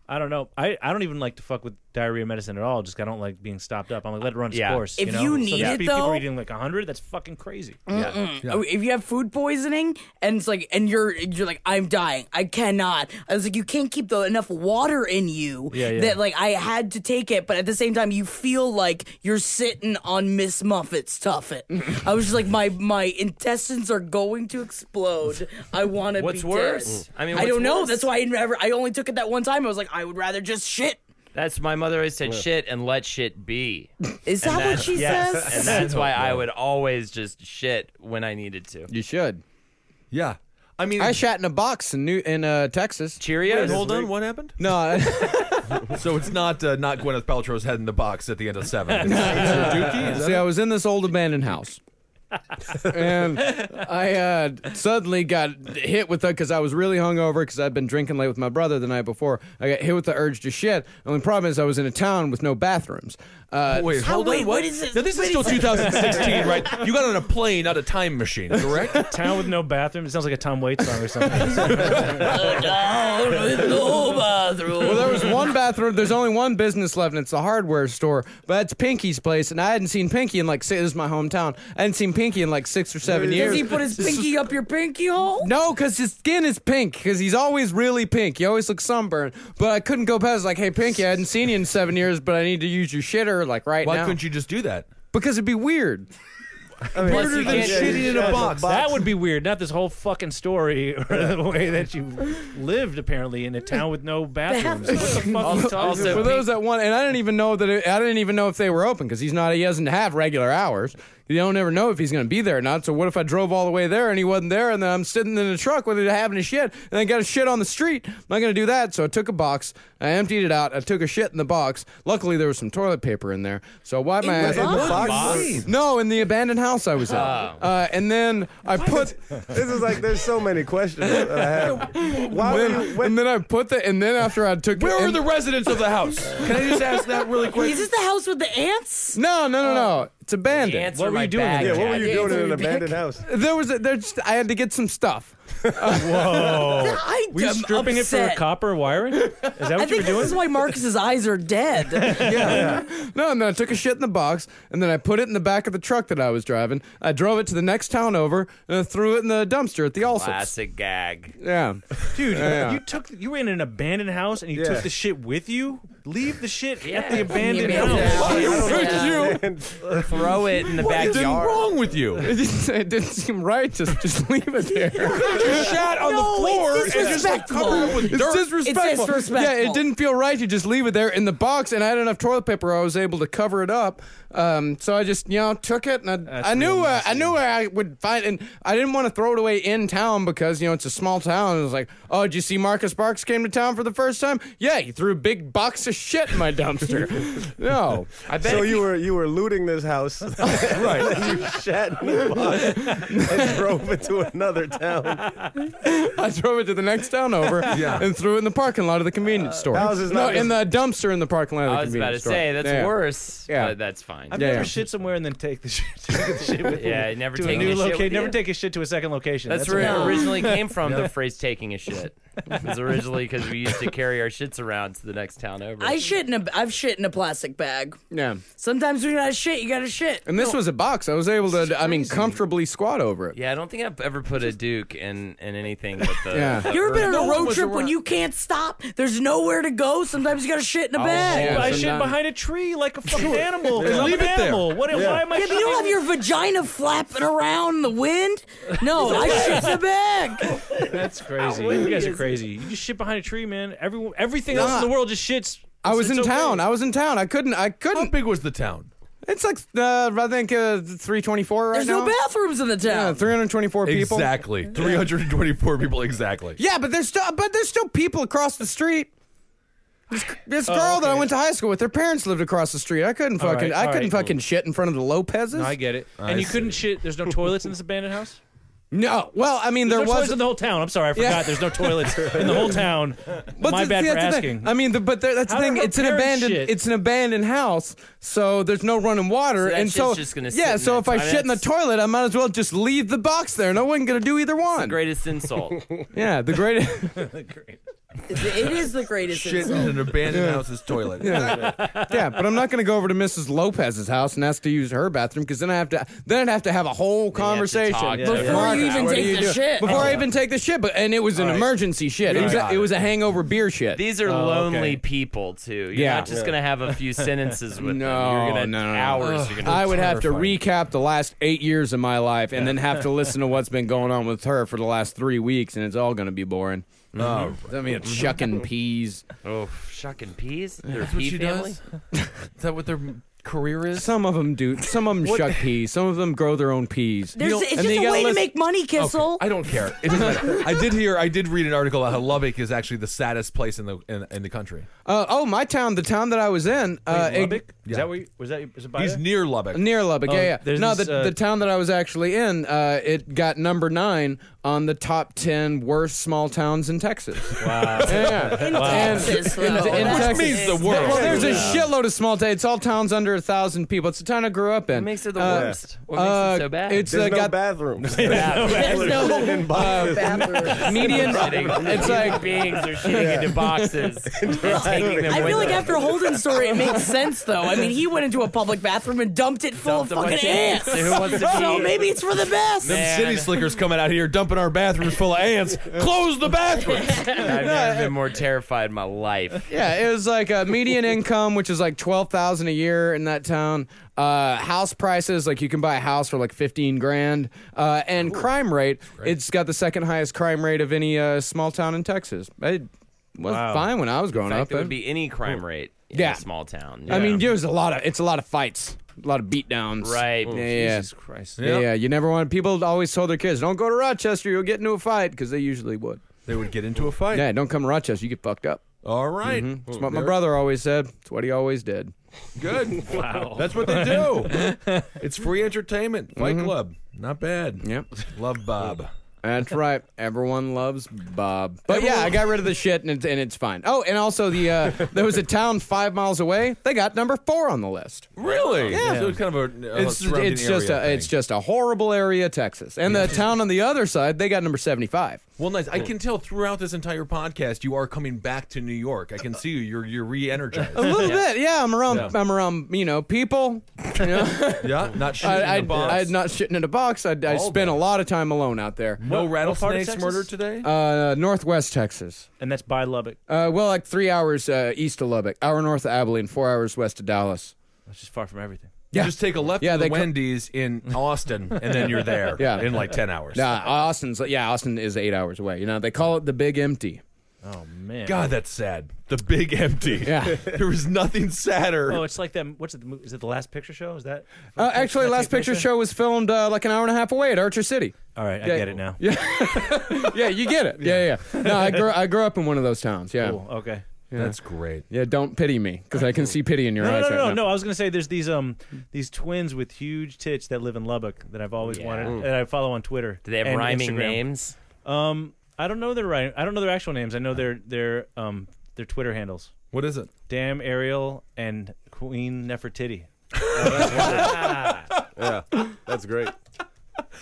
Speaker 10: I don't know. I, I don't even like to fuck with diarrhea medicine at all. Just I don't like being stopped up. I'm like, let it run its
Speaker 8: Yeah.
Speaker 10: course.
Speaker 9: If
Speaker 10: you, know?
Speaker 9: you
Speaker 10: So
Speaker 9: need
Speaker 10: there's
Speaker 9: it,
Speaker 10: pe- people
Speaker 9: though-
Speaker 10: eating like hundred. That's fucking crazy.
Speaker 9: Oh, If you have food poisoning and it's like, and you're you're like, I'm dying, I cannot. I was like, you can't keep the enough water in you
Speaker 10: yeah.
Speaker 9: that like I had to take it, but at the same time, you feel like you're sitting on Miss Muffet's tuffet. I was just like, my my intestines are going to explode. I want to.
Speaker 8: What's
Speaker 9: be
Speaker 8: worse? Mm.
Speaker 9: Dead.
Speaker 8: I mean,
Speaker 9: I
Speaker 8: what's
Speaker 9: don't know.
Speaker 8: worse?
Speaker 9: That's why I never. I only took it that one time. I was like, I would rather just shit.
Speaker 8: That's my mother always said shit and let shit be.
Speaker 9: Is that, what she says?
Speaker 8: And that's why I would always just shit when I needed to.
Speaker 6: You should.
Speaker 7: Yeah. I mean,
Speaker 6: I shat in a box in New in uh, Texas.
Speaker 8: Cheerios.
Speaker 7: hold on. What happened?
Speaker 6: No, I-
Speaker 7: So it's not uh, not Gwyneth Paltrow's head in the box at the end of seven. It's- it's her dookie? Is that
Speaker 6: see,
Speaker 7: it?
Speaker 6: I was in this old abandoned house, and I uh, suddenly got hit with the because I was really hungover because I'd been drinking late with my brother the night before. I got hit with the urge to shit. Only problem is I was in a town with no bathrooms. Uh,
Speaker 7: Wait, hold
Speaker 9: wait,
Speaker 7: on.
Speaker 9: what is this?
Speaker 7: Now, this
Speaker 9: Wait
Speaker 7: is still
Speaker 9: a
Speaker 7: 2016, right? You got on a plane, not a time machine, correct?
Speaker 10: Town with no bathroom. It sounds like a Tom Waits song or something.
Speaker 9: Down with no bathroom.
Speaker 6: Well, there was one bathroom. There's only one business left, and it's a hardware store. But that's Pinky's place, and I hadn't seen Pinky in like si- this is my hometown. I hadn't seen Pinky in like six or seven
Speaker 9: Does
Speaker 6: years.
Speaker 9: he put his pinky up your pinky hole?
Speaker 6: no, because his skin is pink. Because he's always really pink. He always looks sunburned. But I couldn't go past like, hey Pinky, I hadn't seen you in seven years, but I need to use your shitter like right
Speaker 7: Why
Speaker 6: now.
Speaker 7: couldn't you just do that?
Speaker 6: Because it'd be weird.
Speaker 7: Harder than shitting in a box.
Speaker 10: that would be weird. Not this whole fucking story or the way that you lived apparently in a town with no bathrooms. what the fuck are you talking
Speaker 8: also-
Speaker 10: about?
Speaker 6: For those that want, and I didn't even know that it, I didn't even know if they were open because he's not. He doesn't have regular hours. You don't ever know if he's going to be there or not. So what if I drove all the way there and he wasn't there, and then I'm sitting in the truck with it having a shit, and I got a shit on the street. I'm not going to do that. So I took a box, I emptied it out, I took a shit in the box. Luckily there was some toilet paper in there, so I wiped my ass.
Speaker 5: In the box?
Speaker 6: No, in the abandoned house I was at. Uh, and then I put.
Speaker 5: This is like there's so many questions that I have. Why would you?
Speaker 6: Then, and then I put the, and then after I took,
Speaker 7: Where are
Speaker 6: and-
Speaker 7: the residents of the house? Can I just ask that really quick?
Speaker 9: Is this the house with the ants?
Speaker 6: No, no, no,
Speaker 7: Oh.
Speaker 6: no. It's abandoned.
Speaker 8: Answer
Speaker 10: What were
Speaker 8: my
Speaker 10: you doing in
Speaker 8: bag,
Speaker 5: Yeah, what were
Speaker 8: Jack.
Speaker 5: you doing in an abandoned house?
Speaker 6: There was a, there's I had to get some stuff.
Speaker 9: I
Speaker 10: Were you stripping it for copper wiring? Is that what
Speaker 9: I
Speaker 10: you were
Speaker 9: think
Speaker 10: doing?
Speaker 9: this is why Marcus's eyes are dead.
Speaker 6: No, and then I took a shit in the box, and then I put it in the back of the truck that I was driving. I drove it to the next town over, and I threw it in the dumpster at the Allsop's.
Speaker 8: Classic gag.
Speaker 6: Yeah,
Speaker 10: Dude,
Speaker 6: Yeah.
Speaker 10: you took you were in an abandoned house and you
Speaker 5: Yeah.
Speaker 10: took the shit with you. Leave the shit at the abandoned
Speaker 9: Yeah.
Speaker 10: house.
Speaker 9: Yeah.
Speaker 8: Throw it in the
Speaker 7: What's
Speaker 8: backyard.
Speaker 7: wrong with you?
Speaker 6: it didn't, it didn't seem right. Just just leave it there.
Speaker 7: Just shat on
Speaker 9: No,
Speaker 7: the floor
Speaker 9: it's
Speaker 7: and just like
Speaker 9: disrespectful.
Speaker 7: covered up with
Speaker 6: It's
Speaker 7: dirt.
Speaker 6: disrespectful.
Speaker 9: It's disrespectful.
Speaker 6: Yeah, it didn't feel right to just leave it there in the box, and I had enough toilet paper. I was able to cover it up. Um, so I just you know took it, and I, I knew uh, I knew where I would find, and I didn't want to throw it away in town because you know it's a small town. It was like, oh, did you see Marcus Barks came to town for the first time? Yeah, he threw a big box of shit in my dumpster. no,
Speaker 8: I bet
Speaker 5: So
Speaker 8: if
Speaker 5: you were you were looting this house, right? you shat in the box and drove it to another town.
Speaker 6: I drove it to the next town over
Speaker 7: Yeah.
Speaker 6: and threw it in the parking lot of the
Speaker 10: Uh,
Speaker 6: convenience store.
Speaker 5: How's this
Speaker 6: no,
Speaker 5: not-
Speaker 6: in the dumpster in the parking lot of the
Speaker 8: I was about to
Speaker 6: convenience store.
Speaker 8: say that's
Speaker 6: Yeah.
Speaker 8: worse.
Speaker 6: Yeah.
Speaker 8: but that's fine.
Speaker 10: I've
Speaker 6: Yeah,
Speaker 10: never
Speaker 6: yeah.
Speaker 10: shit somewhere and then take the shit, take the shit with you.
Speaker 8: Yeah, never
Speaker 10: to
Speaker 8: take
Speaker 10: a new
Speaker 8: the shit with
Speaker 10: location. Never
Speaker 8: you.
Speaker 10: take a shit to a second location.
Speaker 8: That's where
Speaker 10: all.
Speaker 8: it originally came from. The phrase "taking a shit" It was originally because we used to carry our shits around to the next town over.
Speaker 9: I shit in a. I've shit in a plastic bag.
Speaker 6: Yeah.
Speaker 9: Sometimes when you gotta shit, you gotta shit.
Speaker 6: And this was a box. I was able to, I mean, comfortably squat over it.
Speaker 8: yeah, I don't think I've ever put a Duke in in anything. But the,
Speaker 6: Yeah.
Speaker 8: the
Speaker 9: You ever been on
Speaker 8: urn.
Speaker 9: a road trip when you can't stop? There's nowhere to go. Sometimes you gotta shit in
Speaker 10: Oh,
Speaker 9: a bag.
Speaker 6: Oh, yeah.
Speaker 10: I
Speaker 6: Sometimes-
Speaker 10: shit behind a tree like a fucking animal. 'cause I'm
Speaker 7: Leave
Speaker 10: an
Speaker 7: it there.
Speaker 10: animal. What, Why am I?
Speaker 9: If you don't have your vagina flapping around in the wind, no, I shit in a bag.
Speaker 10: That's crazy. You guys are crazy. You just shit behind a tree, man. Everyone, everything else
Speaker 6: Nah.
Speaker 10: in the world just shits.
Speaker 6: I was
Speaker 10: It's
Speaker 6: in
Speaker 10: okay.
Speaker 6: town. I was in town. I couldn't. I
Speaker 7: How
Speaker 6: couldn't.
Speaker 7: big was the town?
Speaker 6: It's like uh, I think uh, three twenty four right
Speaker 9: There's
Speaker 6: now.
Speaker 9: no bathrooms in the
Speaker 6: Yeah,
Speaker 9: town.
Speaker 6: three hundred twenty four people.
Speaker 7: Exactly. 324 people exactly.
Speaker 6: Yeah, but there's still but there's still people across the street. This, this girl that I
Speaker 10: Oh, okay.
Speaker 6: went to high school with, her parents lived across the street. I couldn't
Speaker 10: All
Speaker 6: fucking
Speaker 10: right,
Speaker 6: I
Speaker 10: all
Speaker 6: couldn't
Speaker 10: right.
Speaker 6: fucking shit in front of the Lopez's.
Speaker 10: No, I get it. And you couldn't shit. There's no toilets in this abandoned house.
Speaker 6: no, well, I mean
Speaker 10: There's
Speaker 6: there
Speaker 10: no
Speaker 6: was
Speaker 10: toilets in the whole town. I'm sorry, I forgot.
Speaker 6: Yeah.
Speaker 10: There's no toilets in the whole town.
Speaker 6: But
Speaker 10: My
Speaker 6: th-
Speaker 10: bad
Speaker 6: see,
Speaker 10: for
Speaker 6: that's the
Speaker 10: asking.
Speaker 6: Thing. I mean, the, but there, that's the
Speaker 10: How
Speaker 6: thing.
Speaker 10: do her
Speaker 6: It's an
Speaker 10: parents
Speaker 6: abandoned.
Speaker 10: shit?
Speaker 6: It's an abandoned house, so there's no running water,
Speaker 8: So that
Speaker 6: and so
Speaker 8: shit's just gonna sit
Speaker 6: yeah.
Speaker 8: in
Speaker 6: so
Speaker 8: there.
Speaker 6: if I,
Speaker 8: I mean,
Speaker 6: shit in the
Speaker 8: that's-
Speaker 6: toilet, I might as well just leave the box there. No one gonna do either one.
Speaker 8: greatest insult.
Speaker 6: Yeah, the greatest.
Speaker 9: It's- It is the greatest
Speaker 7: Shit in
Speaker 9: insult.
Speaker 7: an abandoned house's toilet.
Speaker 6: yeah, but I'm not going to go over to Mrs. Lopez's house and ask to use her bathroom because then I have to then I'd have to have a whole conversation
Speaker 8: talk to
Speaker 9: Before her.
Speaker 6: Martha,
Speaker 9: you even
Speaker 6: what do
Speaker 9: take the
Speaker 6: do?
Speaker 9: shit.
Speaker 6: Before I even take the shit, but and it was an emergency shit. It was, a, it was a hangover beer shit.
Speaker 8: These are lonely people too. You're
Speaker 6: Oh, Yeah.
Speaker 8: not just gonna have a few sentences with
Speaker 6: No,
Speaker 8: them. uh, You're gonna
Speaker 6: no, no, no.
Speaker 8: hours. You're gonna.
Speaker 6: I would have to recap the last eight years of my life and then have to listen to what's been going on with her for the last three weeks, and it's all going to be boring. Oh, I mean, chucking peas.
Speaker 8: Oh, shucking peas. Their
Speaker 7: That's what
Speaker 8: pea
Speaker 7: she
Speaker 8: family.
Speaker 7: does. Is that what their career is?
Speaker 6: Some of them do. Some of them shuck peas. Some of them grow their own peas.
Speaker 9: There's,
Speaker 6: You know,
Speaker 9: it's
Speaker 6: and
Speaker 9: just
Speaker 6: you
Speaker 9: a
Speaker 6: gotta
Speaker 9: way to
Speaker 6: listen-
Speaker 9: make money, Kissel.
Speaker 7: I don't care. It doesn't matter. I did hear. I did read an article about how Lubbock is actually the saddest place in the in, in the country.
Speaker 6: Uh, oh, my town, the town that I was in, uh, it-
Speaker 10: Lubbock? Is
Speaker 7: yeah.
Speaker 10: that what you, was that? Is it by
Speaker 7: He's
Speaker 10: there?
Speaker 7: near Lubbock.
Speaker 6: near Lubbock.
Speaker 10: Oh,
Speaker 6: yeah, yeah.
Speaker 10: there's
Speaker 6: No,
Speaker 10: this,
Speaker 6: the,
Speaker 10: uh,
Speaker 6: the town that I was actually in, uh, it got number nine on the top ten worst small towns in Texas. Wow. yeah.
Speaker 9: In
Speaker 6: Wow.
Speaker 9: Texas,
Speaker 6: And-
Speaker 9: though.
Speaker 6: in- in
Speaker 9: That
Speaker 6: Texas.
Speaker 9: is-
Speaker 7: Means the world.
Speaker 6: Well, there's a
Speaker 7: Yeah.
Speaker 6: shitload of small towns. It's all towns under a thousand people. It's the town I grew up in.
Speaker 8: What makes it the
Speaker 6: Uh,
Speaker 8: worst? What makes it so bad?
Speaker 6: It's
Speaker 5: There's
Speaker 6: uh,
Speaker 5: no
Speaker 6: got
Speaker 5: bathrooms.
Speaker 9: There's no
Speaker 5: In boxes.
Speaker 9: bathroom.
Speaker 6: median.
Speaker 8: it's
Speaker 6: it's
Speaker 8: like
Speaker 6: like
Speaker 8: beings are shooting into boxes. and taking them
Speaker 9: I
Speaker 8: with
Speaker 9: feel like
Speaker 8: them.
Speaker 9: after Holden's story, it makes sense though. I mean, he went into a public bathroom and dumped it full
Speaker 8: Dumped a
Speaker 9: of
Speaker 8: bunch
Speaker 9: fucking
Speaker 8: of
Speaker 9: ants.
Speaker 8: ants. Who wants to
Speaker 9: so
Speaker 8: be-
Speaker 9: maybe it's for the best.
Speaker 7: Them
Speaker 8: Man.
Speaker 7: city slickers coming out here dumping our bathrooms full of ants. Close the bathrooms.
Speaker 8: I've never been more terrified in my life.
Speaker 6: Yeah, it was like a median income, which is like twelve thousand a year in that town. Uh, house prices, like you can buy a house for like fifteen grand, uh, and crime rate. It's got the second highest crime rate of any uh, small town in Texas. It was fine when I was growing
Speaker 8: In fact,
Speaker 6: up.
Speaker 8: there would
Speaker 6: I-
Speaker 8: be any crime rate in
Speaker 6: Yeah.
Speaker 8: a small town.
Speaker 6: I mean, there's a lot of it's a lot of fights, a lot of beatdowns.
Speaker 8: Right.
Speaker 6: Yeah,
Speaker 8: Oh,
Speaker 6: yeah.
Speaker 8: Jesus Christ.
Speaker 6: yeah, yeah. You never want people always told their kids, "Don't go to Rochester, you'll get into a fight," because they usually would.
Speaker 7: They would get into a fight.
Speaker 6: Yeah, don't come to Rochester, you get fucked up.
Speaker 7: All right.
Speaker 6: That's what my brother always said. It's what he always did.
Speaker 7: Good. Wow. That's what they do. it's free entertainment. Fight Club. Not bad.
Speaker 6: Yep.
Speaker 7: Love Bob.
Speaker 6: That's right. Everyone loves Bob. But yeah, I got rid of the shit and it's, and it's fine. Oh, and also the uh, there was a town five miles away. They got number four on the list.
Speaker 7: Really? Yeah. So it's kind of a. a
Speaker 6: It's
Speaker 7: Oh, surrounding
Speaker 6: it's just
Speaker 7: area
Speaker 6: a
Speaker 7: thing.
Speaker 6: it's just a horrible area, Texas. And the town on the other side, they got number seventy five.
Speaker 7: Well, nice. I can tell throughout this entire podcast you are coming back to New York. I can see you. You're you're re-energized.
Speaker 6: A little bit, yeah. I'm around.
Speaker 7: Yeah.
Speaker 6: I'm around. You know, people. You know,
Speaker 7: yeah. Not shooting
Speaker 6: I,
Speaker 7: in a
Speaker 6: I,
Speaker 7: box.
Speaker 6: I'm not shitting in a box. I, I
Speaker 7: All
Speaker 6: spent
Speaker 7: day.
Speaker 6: a lot of time alone out there.
Speaker 7: no
Speaker 10: part of
Speaker 7: rattlesnakes
Speaker 10: Texas?
Speaker 7: murdered today.
Speaker 6: Uh, Northwest Texas.
Speaker 10: and that's by Lubbock.
Speaker 6: Uh, well, like three hours uh, east of Lubbock, hour north of Abilene, four hours west of Dallas.
Speaker 10: That's just far from everything.
Speaker 7: You just take a left
Speaker 6: Yeah,
Speaker 7: at the
Speaker 6: they co-
Speaker 7: Wendy's in Austin, and then you're there
Speaker 6: Yeah.
Speaker 7: in like 10 hours.
Speaker 6: Nah, Austin's yeah, Austin is eight hours away. You know, they call it the Big Empty.
Speaker 10: Oh man.
Speaker 7: God, that's sad. The big empty.
Speaker 6: Yeah.
Speaker 7: there is nothing sadder.
Speaker 10: Oh, it's like them. What's it? the mo- Is it the last picture show? Is that?
Speaker 6: Uh, actually,
Speaker 10: that
Speaker 6: Last
Speaker 10: take
Speaker 6: Picture
Speaker 10: place
Speaker 6: Show was filmed uh, like an hour and a half away at Archer City.
Speaker 10: there? All right, I
Speaker 6: Yeah.
Speaker 10: get it now.
Speaker 6: Yeah, you get it. Yeah, yeah. No, I grew I grew up in one of those towns. Yeah,
Speaker 10: Cool. Okay.
Speaker 7: That's great.
Speaker 6: yeah. Don't pity me because I can see pity in your
Speaker 10: No,
Speaker 6: eyes
Speaker 10: no, no,
Speaker 6: right
Speaker 10: no,
Speaker 6: now.
Speaker 10: no. I was gonna say there's these um these twins with huge tits that live in Lubbock that I've always wanted that I follow on Twitter.
Speaker 8: Mm. Do they have
Speaker 10: and
Speaker 8: rhyming
Speaker 10: Instagram.
Speaker 8: names?
Speaker 10: Um, I don't know their right. I don't know their actual names. I know their their um their Twitter handles.
Speaker 7: What is it?
Speaker 10: Damn Ariel and Queen Nefertiti.
Speaker 5: yeah, that's great.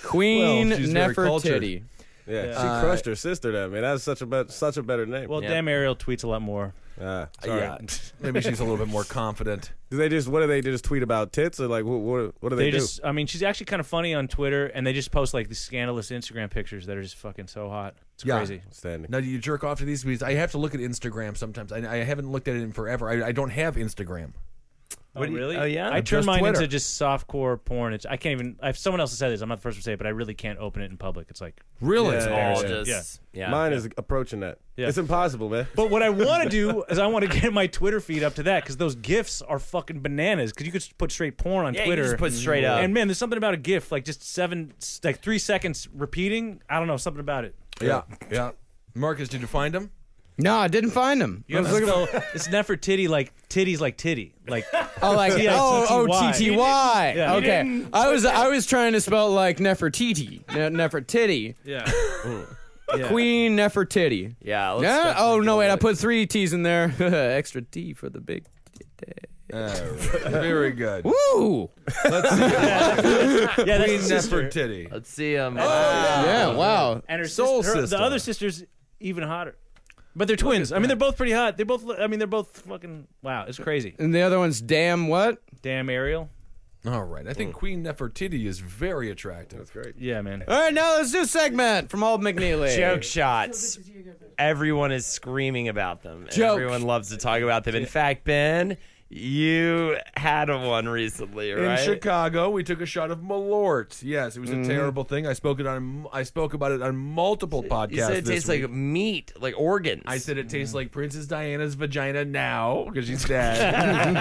Speaker 6: Queen
Speaker 7: Well, she's very cultured.
Speaker 6: Nefertiti.
Speaker 5: Yeah, she crushed her sister. That man, that's such a bet such a better name.
Speaker 10: Well,
Speaker 8: Yeah.
Speaker 10: Damn Ariel tweets a lot more.
Speaker 5: Ah, sorry.
Speaker 7: Yeah. Maybe she's a little bit more confident.
Speaker 5: Do they just what do they do? Just tweet about tits or like what what, what do they,
Speaker 10: They,
Speaker 5: do?
Speaker 10: just, I mean, she's actually kind of funny on Twitter, and they just post like these scandalous Instagram pictures that are just fucking so hot. It's
Speaker 7: Yeah.
Speaker 10: crazy.
Speaker 5: Ah, Standing.
Speaker 7: Now, do you jerk off to these videos? I have to look at Instagram sometimes. I, I haven't looked at it in forever. I, I don't have Instagram.
Speaker 10: What really?
Speaker 8: oh, yeah?
Speaker 10: I turn
Speaker 7: Just
Speaker 10: mine
Speaker 7: Twitter.
Speaker 10: into just softcore porn. It's, I can't even. If someone else has said this, I'm not the first to say it, but I really can't open it in public. It's like.
Speaker 7: Really?
Speaker 5: Yeah.
Speaker 8: All
Speaker 5: Yeah.
Speaker 8: just yeah.
Speaker 5: Mine is approaching that.
Speaker 10: Yeah.
Speaker 5: It's impossible, man.
Speaker 10: But what I want to do is I want to get my Twitter feed up to that because those gifs are fucking bananas. Because you could just put straight porn on
Speaker 8: Yeah, you
Speaker 10: Twitter.
Speaker 8: just put straight up.
Speaker 10: And man, there's something about a gif, like just seven, like three seconds repeating. I don't know, something about it.
Speaker 7: Yeah. Yeah. Marcus, did you find him?
Speaker 6: No, I didn't find him.
Speaker 10: You have to spell it's Nefertiti like titties like titty like
Speaker 6: Oh, like
Speaker 10: Yeah,
Speaker 6: oh, oh,
Speaker 10: TTY.
Speaker 6: TTY.
Speaker 10: Yeah.
Speaker 6: Okay, I was I was trying to spell like Nefertiti, Ne- Nefertiti,
Speaker 10: yeah. yeah.
Speaker 6: Queen Nefertiti.
Speaker 8: yeah. let's
Speaker 6: Yeah.
Speaker 8: definitely
Speaker 6: Oh
Speaker 8: give
Speaker 6: no!
Speaker 8: it
Speaker 6: Wait,
Speaker 8: a
Speaker 6: I
Speaker 8: look.
Speaker 6: put three T's in there. Extra T for the big.
Speaker 7: Very good.
Speaker 6: Woo!
Speaker 10: Yeah, that's
Speaker 7: Queen
Speaker 10: the sister.
Speaker 7: Nefertiti. Oh.
Speaker 8: Let's see. Um,
Speaker 6: yeah! Wow.
Speaker 10: And her
Speaker 7: Soul
Speaker 10: sister, her-
Speaker 7: sister.
Speaker 10: the other sister's even hotter. But they're twins. I mean, they're both pretty hot. They both. I mean, they're both fucking. Wow, it's crazy.
Speaker 6: And the other one's damn what?
Speaker 10: Damn Ariel.
Speaker 7: All right. I think Queen Nefertiti is very attractive.
Speaker 5: Great.
Speaker 10: Yeah, man.
Speaker 6: All right, now let's do a segment from Old McNeely.
Speaker 8: Joke shots. Everyone is screaming about them. and
Speaker 6: Joke.
Speaker 8: Everyone loves to talk about them. In fact, Ben, you had one recently,
Speaker 7: In
Speaker 8: right?
Speaker 7: Chicago, we took a shot of Malort. Yes, it was a terrible thing. I spoke it on. I spoke about it on multiple podcasts.
Speaker 8: You said it
Speaker 7: this
Speaker 8: tastes
Speaker 7: week.
Speaker 8: like meat, like organs.
Speaker 7: I said it tastes like Princess Diana's vagina now because she's dead, and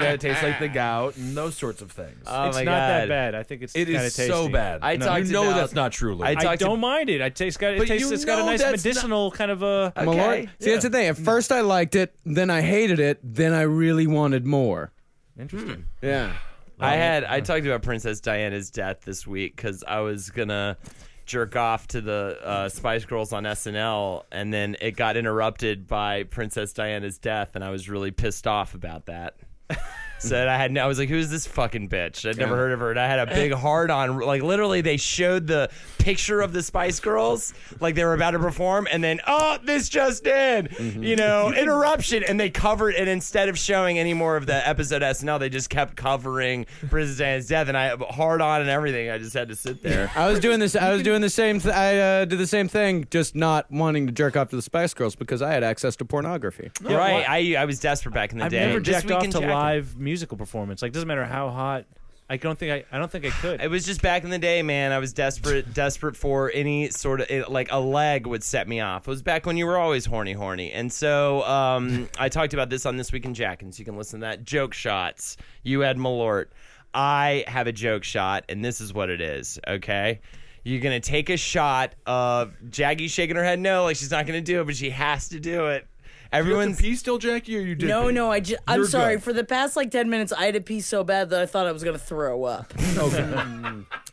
Speaker 7: uh, it tastes like the gout and those sorts of things.
Speaker 8: Oh
Speaker 10: it's
Speaker 8: my
Speaker 10: not
Speaker 8: God.
Speaker 10: that bad. I think it's
Speaker 7: it
Speaker 10: kinda
Speaker 7: is
Speaker 10: tasty.
Speaker 7: so bad.
Speaker 8: I
Speaker 7: no,
Speaker 8: talked
Speaker 7: you know
Speaker 8: about-
Speaker 7: that's not true. Lou.
Speaker 8: I
Speaker 10: I
Speaker 8: talked to-
Speaker 10: don't mind it. I taste got it
Speaker 7: But
Speaker 10: tastes
Speaker 7: you
Speaker 10: it's got a
Speaker 7: know
Speaker 10: nice
Speaker 7: that's
Speaker 10: medicinal kind of a
Speaker 6: My
Speaker 8: Okay.
Speaker 6: lord. See, that's the thing. At first I liked it, then I hated it, then I really wanted more.
Speaker 10: interesting.
Speaker 6: Yeah.
Speaker 8: I had I talked about Princess Diana's death this week because I was gonna jerk off to the uh, Spice Girls on SNL, and then it got interrupted by Princess Diana's death, and I was really pissed off about that. so I had I was like, "Who's this fucking bitch?" I'd never heard of her, and I had a big hard on. Like literally, they showed the picture of the Spice Girls, like they were about to perform, and then oh, this just did,
Speaker 10: Mm-hmm.
Speaker 8: you know, interruption, and they covered. And instead of showing any more of the episode SNL, they just kept covering Princess Diana's death, and I hard on and everything. I just had to sit there.
Speaker 6: I was doing this. I was doing the same. Th- I uh, did the same thing, just not wanting to jerk off to the Spice Girls because I had access to pornography.
Speaker 8: right, I I was desperate back in the
Speaker 10: I've
Speaker 8: day.
Speaker 10: never
Speaker 8: This
Speaker 10: jacked off
Speaker 8: weekend
Speaker 10: to
Speaker 8: jacking.
Speaker 10: live musical performance. Like doesn't matter how hot. I don't think I. I don't think I could.
Speaker 8: It was just back in the day, man. I was desperate, desperate for any sort of it, like a leg would set me off. It was back when you were always horny, horny. And so um, I talked about this on this week in Jackins. You can listen to that. Joke shots. You had Malort. I have a joke shot, and this is what it is. Okay. You're gonna take a shot of Jaggy shaking her head no, like she's not gonna do it, but she has to do it.
Speaker 7: you have
Speaker 8: Everyone's
Speaker 7: to pee still, Jackie, or you did?
Speaker 9: No,
Speaker 7: pee?
Speaker 9: no, I just, I'm
Speaker 7: You're
Speaker 9: sorry.
Speaker 7: good.
Speaker 9: For the past like 10 minutes, I had to pee so bad that I thought I was going to throw up. Okay.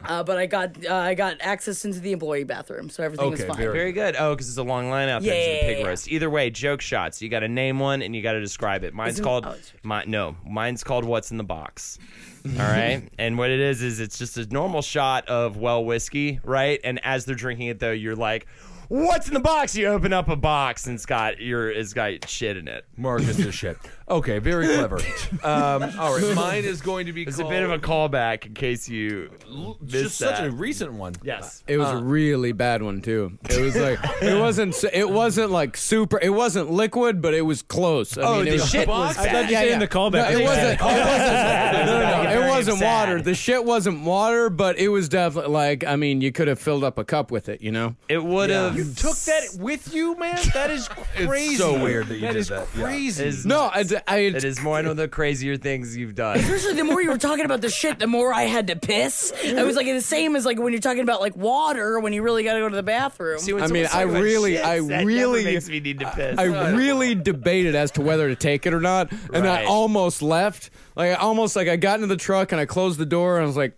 Speaker 9: uh, but I got uh, I got access into the employee bathroom, so everything was
Speaker 7: Okay,
Speaker 9: fine.
Speaker 7: very-
Speaker 8: Very good. Oh, because it's a long line out there.
Speaker 9: Yeah,
Speaker 8: It's a
Speaker 9: yeah,
Speaker 8: pig
Speaker 9: yeah.
Speaker 8: roast. Either way, joke shots. You got to name one and you got to describe it. Mine's
Speaker 9: Isn't-
Speaker 8: called.
Speaker 9: oh, it's-
Speaker 8: mi- no, mine's called What's in the Box. All right. and what it is is it's just a normal shot of well whiskey, right? And as they're drinking it though, you're like, "What's in the box?" You open up a box and it's got your it's got shit in it.
Speaker 7: Marcus is shit. Okay, very clever. Um, all right, mine is going to be.
Speaker 8: It's a
Speaker 7: called,
Speaker 8: bit of a callback in case you missed
Speaker 7: just
Speaker 8: that.
Speaker 7: such a recent one.
Speaker 8: yes.
Speaker 6: It was a really bad one too. It was like it wasn't. s- It wasn't like super. It wasn't liquid, but it was close. I
Speaker 8: Oh,
Speaker 6: mean, it
Speaker 8: the
Speaker 6: was,
Speaker 8: shit was
Speaker 10: I
Speaker 8: bad.
Speaker 10: thought you
Speaker 6: Yeah,
Speaker 10: said
Speaker 6: yeah.
Speaker 10: in the callback.
Speaker 6: No, it wasn't. It wasn't, no, no,
Speaker 8: You're
Speaker 6: no, it
Speaker 8: very
Speaker 6: wasn't
Speaker 8: sad.
Speaker 6: water. The shit wasn't water, but it was definitely like. I mean, you could have filled up a cup with it. You know.
Speaker 8: It would have.
Speaker 10: You took that with you, man. That is crazy.
Speaker 7: so weird that you did
Speaker 10: is
Speaker 7: that, yeah.
Speaker 10: Crazy.
Speaker 8: Is-
Speaker 6: No, I. d- I-
Speaker 8: It is one of the crazier things you've done.
Speaker 9: Especially the more you were talking about the shit, the more I had to piss. It was like the same as like when you're talking about like water when you really got to go to the bathroom.
Speaker 6: I mean, I really, I really, I really debated as to whether to take it or not, and I
Speaker 8: Right.
Speaker 6: almost left. Like I almost like I got into the truck and I closed the door and I was like,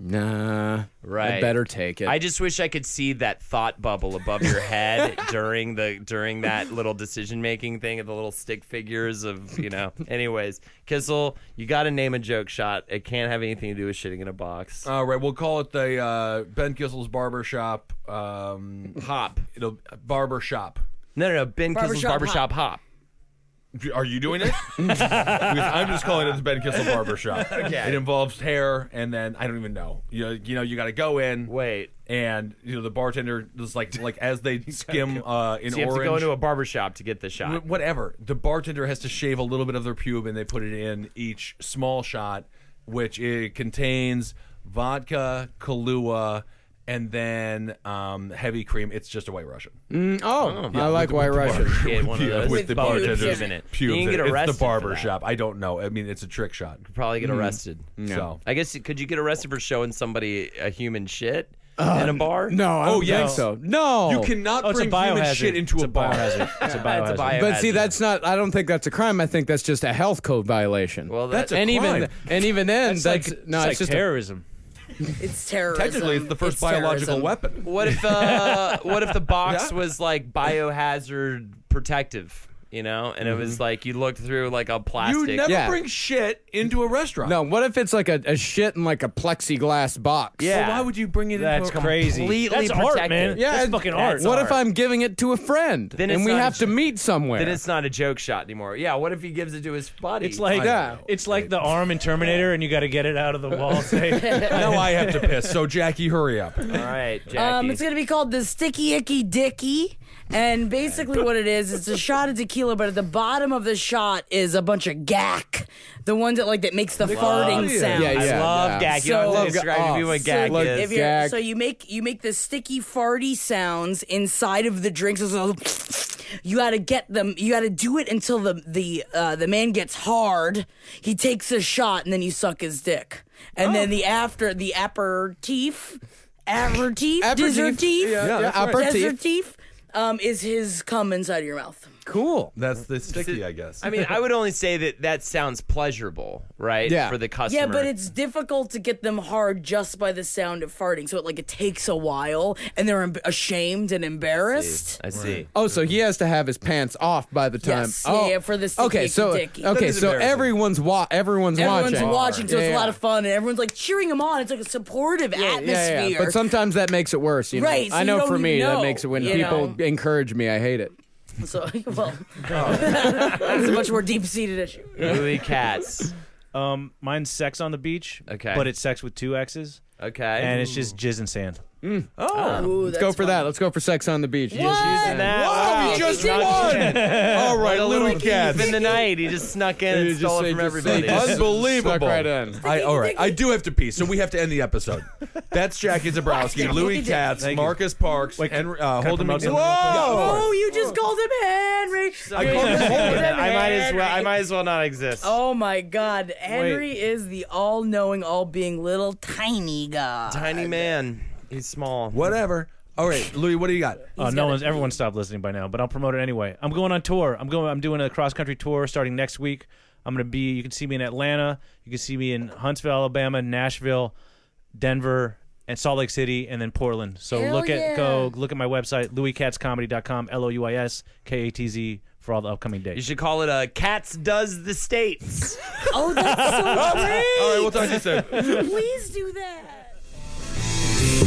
Speaker 6: Nah, I
Speaker 8: Right.
Speaker 6: better take it.
Speaker 8: I just wish I could see that thought bubble above your head during the during that little decision making thing of the little stick figures of you know. Anyways, Kissel, you got to name a joke shot. It can't have anything to do with shitting in a box.
Speaker 7: All right, we'll call it the uh, Ben Kissel's barber shop. Um,
Speaker 8: hop.
Speaker 7: it'll barber shop.
Speaker 8: No, no, no. Ben Kissel's
Speaker 9: Barbershop
Speaker 8: barbershop hop.
Speaker 7: Are you doing it? Because I'm just calling it the Ben Kissel barber shop. It involves hair, and then I don't even know. You know, you, know, you got to go in.
Speaker 8: Wait.
Speaker 7: And you know the bartender is like like as they skim uh, in
Speaker 8: So you have to
Speaker 7: orange.
Speaker 8: go into a barbershop to get the shot.
Speaker 7: Wh- whatever. The bartender has to shave a little bit of their pube, and they put it in each small shot, which it contains vodka, Kahlua, and then um, heavy cream. It's just a White Russian.
Speaker 6: oh, I like White Russian.
Speaker 8: Get one of
Speaker 7: Yeah,
Speaker 8: those
Speaker 7: with the
Speaker 8: barbers
Speaker 7: bartender's
Speaker 8: in it.
Speaker 7: pubes
Speaker 8: You can
Speaker 7: in
Speaker 8: get
Speaker 7: it.
Speaker 8: arrested.
Speaker 7: It's the barber
Speaker 8: for that.
Speaker 7: shop. I don't know. I mean, it's a trick shot.
Speaker 8: Probably
Speaker 7: Mm.
Speaker 8: get arrested.
Speaker 7: So.
Speaker 8: I guess could you get arrested for showing somebody a human shit in a bar?
Speaker 6: No, I don't
Speaker 7: Oh,
Speaker 6: think
Speaker 7: yes.
Speaker 6: so. No,
Speaker 7: You cannot
Speaker 10: Oh, it's a
Speaker 7: bring human
Speaker 10: biohazard.
Speaker 7: shit into
Speaker 10: It's
Speaker 7: a
Speaker 10: a
Speaker 7: bar.
Speaker 10: biohazard. It's a
Speaker 8: That's a
Speaker 10: biohazard.
Speaker 8: bio-
Speaker 6: But see,
Speaker 8: Imagine.
Speaker 6: that's not. I don't think that's a crime. I think that's just a health code violation.
Speaker 8: Well,
Speaker 7: That's
Speaker 8: that-
Speaker 7: a
Speaker 6: and even
Speaker 7: crime.
Speaker 6: and even then,
Speaker 10: It's
Speaker 6: that's,
Speaker 10: like,
Speaker 6: no,
Speaker 10: it's
Speaker 6: it's,
Speaker 10: like
Speaker 6: just a,
Speaker 10: terrorism.
Speaker 9: it's terrorism.
Speaker 7: Technically, it's the first biological
Speaker 9: terrorism.
Speaker 7: weapon.
Speaker 8: What if uh, what if the box
Speaker 7: Yeah.
Speaker 8: was like biohazard protective? you know, and it was like you looked through like a
Speaker 7: You
Speaker 8: plastic.
Speaker 7: never
Speaker 6: Yeah.
Speaker 7: bring shit into a restaurant.
Speaker 6: No, what if it's like a, a shit in like a plexiglass box?
Speaker 8: Yeah.
Speaker 7: So why would you bring it
Speaker 10: That's
Speaker 7: into a
Speaker 10: crazy.
Speaker 8: completely
Speaker 10: That's art,
Speaker 8: protected.
Speaker 10: man.
Speaker 6: Yeah,
Speaker 10: that's
Speaker 6: it-
Speaker 10: fucking art.
Speaker 6: What if I'm giving it to a friend
Speaker 8: Then
Speaker 6: and
Speaker 8: it's
Speaker 6: we
Speaker 8: not a
Speaker 6: have to
Speaker 8: sh-
Speaker 6: meet somewhere?
Speaker 8: Then it's not a joke shot anymore. Yeah, what if he gives it to his buddy?
Speaker 10: It's like
Speaker 6: Yeah.
Speaker 10: it's like the arm in Terminator, and you got to get it out of the wall. Say,
Speaker 7: now I have to piss. So Jackie, hurry up.
Speaker 8: all right, Jackie.
Speaker 9: Um, it's gonna be called the Sticky Icky Dicky, and basically what it is, it's a shot of tequila, but at the bottom of the shot is a bunch of gack, the ones that like that makes the farting sound.
Speaker 6: Yeah, yeah.
Speaker 8: I love
Speaker 6: yeah.
Speaker 8: gag. You don't
Speaker 9: So-
Speaker 8: have to describe to me what
Speaker 9: So
Speaker 8: gag
Speaker 9: if-
Speaker 8: is.
Speaker 9: if you're-
Speaker 6: Gag.
Speaker 9: so you make you make the sticky farty sounds inside of the drinks. So you got to get them. You got to do it until the the uh, the man gets hard. He takes a shot and then you suck his dick. And then
Speaker 6: Oh.
Speaker 9: the after the aperitif, aperitif,
Speaker 6: Aperitif.
Speaker 9: dessertif,
Speaker 6: Yeah, yeah, that's right.
Speaker 9: dessertif, um, is his cum inside of your mouth.
Speaker 6: cool.
Speaker 7: That's the sticky, I guess.
Speaker 8: I mean, I would only say that that sounds pleasurable, right?
Speaker 6: Yeah.
Speaker 8: For the customer.
Speaker 9: Yeah, but it's difficult to get them hard just by the sound of farting. So it like it takes a while, and they're em- ashamed and embarrassed.
Speaker 8: I see.
Speaker 6: Oh, so he has to have his pants off by the time.
Speaker 9: Yes,
Speaker 6: oh,
Speaker 9: yeah, yeah, for the sticky
Speaker 6: Okay,
Speaker 9: icky
Speaker 6: so
Speaker 9: dicky.
Speaker 6: okay,
Speaker 7: That is
Speaker 6: so
Speaker 7: embarrassing.
Speaker 6: everyone's wa- everyone's watching.
Speaker 9: Everyone's watching, so it's
Speaker 6: Yeah,
Speaker 9: a lot
Speaker 6: yeah.
Speaker 9: of fun, and everyone's like cheering him on. It's like a supportive
Speaker 6: Yeah,
Speaker 9: atmosphere.
Speaker 6: yeah, yeah, but sometimes that makes it worse. You know?
Speaker 9: Right, so
Speaker 6: I
Speaker 9: you
Speaker 6: know
Speaker 9: don't
Speaker 6: for
Speaker 9: even
Speaker 6: me that
Speaker 9: know,
Speaker 6: makes it when
Speaker 9: you
Speaker 6: people
Speaker 9: know?
Speaker 6: encourage me, I hate it.
Speaker 9: so, well,
Speaker 6: Oh.
Speaker 9: that's a much more deep seated issue.
Speaker 8: Louis Katz.
Speaker 10: um, mine's sex on the beach.
Speaker 8: Okay.
Speaker 10: but it's sex with two X's,
Speaker 8: Okay.
Speaker 10: and it's just jizz and sand.
Speaker 9: Ooh,
Speaker 6: Let's go for that. Let's go for sex on the beach.
Speaker 8: using that. Wow.
Speaker 9: Wow.
Speaker 7: just one. All right,
Speaker 8: a little
Speaker 7: Louis Katz.
Speaker 8: thief in the night. He just snuck in
Speaker 6: You
Speaker 8: and
Speaker 6: just
Speaker 8: stole
Speaker 6: say-
Speaker 8: it from
Speaker 6: just say-
Speaker 8: everybody.
Speaker 6: just
Speaker 7: Unbelievable.
Speaker 6: Stuck right in.
Speaker 7: I, all right, I do have to pee, so we have to end the episode. That's Jackie Zabrowski, Louis Katz,
Speaker 10: Thank you.
Speaker 7: Marcus Parks,
Speaker 10: Wait,
Speaker 7: and uh,
Speaker 10: can I
Speaker 7: Holden
Speaker 10: promote
Speaker 7: McNeil.
Speaker 10: something real quick?
Speaker 9: Oh, you just called him
Speaker 7: I
Speaker 9: Henry.
Speaker 7: called him Holden.
Speaker 8: I might as well. I might as well not exist.
Speaker 9: Oh my God, Henry is the all-knowing, all-being little tiny guy.
Speaker 8: Tiny man. He's small.
Speaker 7: Whatever. All right, Louis, what do you got?
Speaker 10: Uh, no one's everyone stopped listening by now, but I'll promote it anyway. I'm going on tour. I'm going. I'm doing a cross country tour starting next week. I'm gonna be. You can see me in Atlanta. You can see me in Huntsville, Alabama, Nashville, Denver, and Salt Lake City, and then Portland. So
Speaker 9: Hell
Speaker 10: look at
Speaker 9: yeah.
Speaker 10: go look at my website louiscatscomedy.com l o u i s k a t z for all the upcoming
Speaker 8: You
Speaker 10: dates.
Speaker 8: should call it a Katz does the states.
Speaker 9: Oh, that's so
Speaker 7: All
Speaker 8: Oh,
Speaker 7: right, we'll talk to you soon.
Speaker 9: great. Please do that.
Speaker 1: For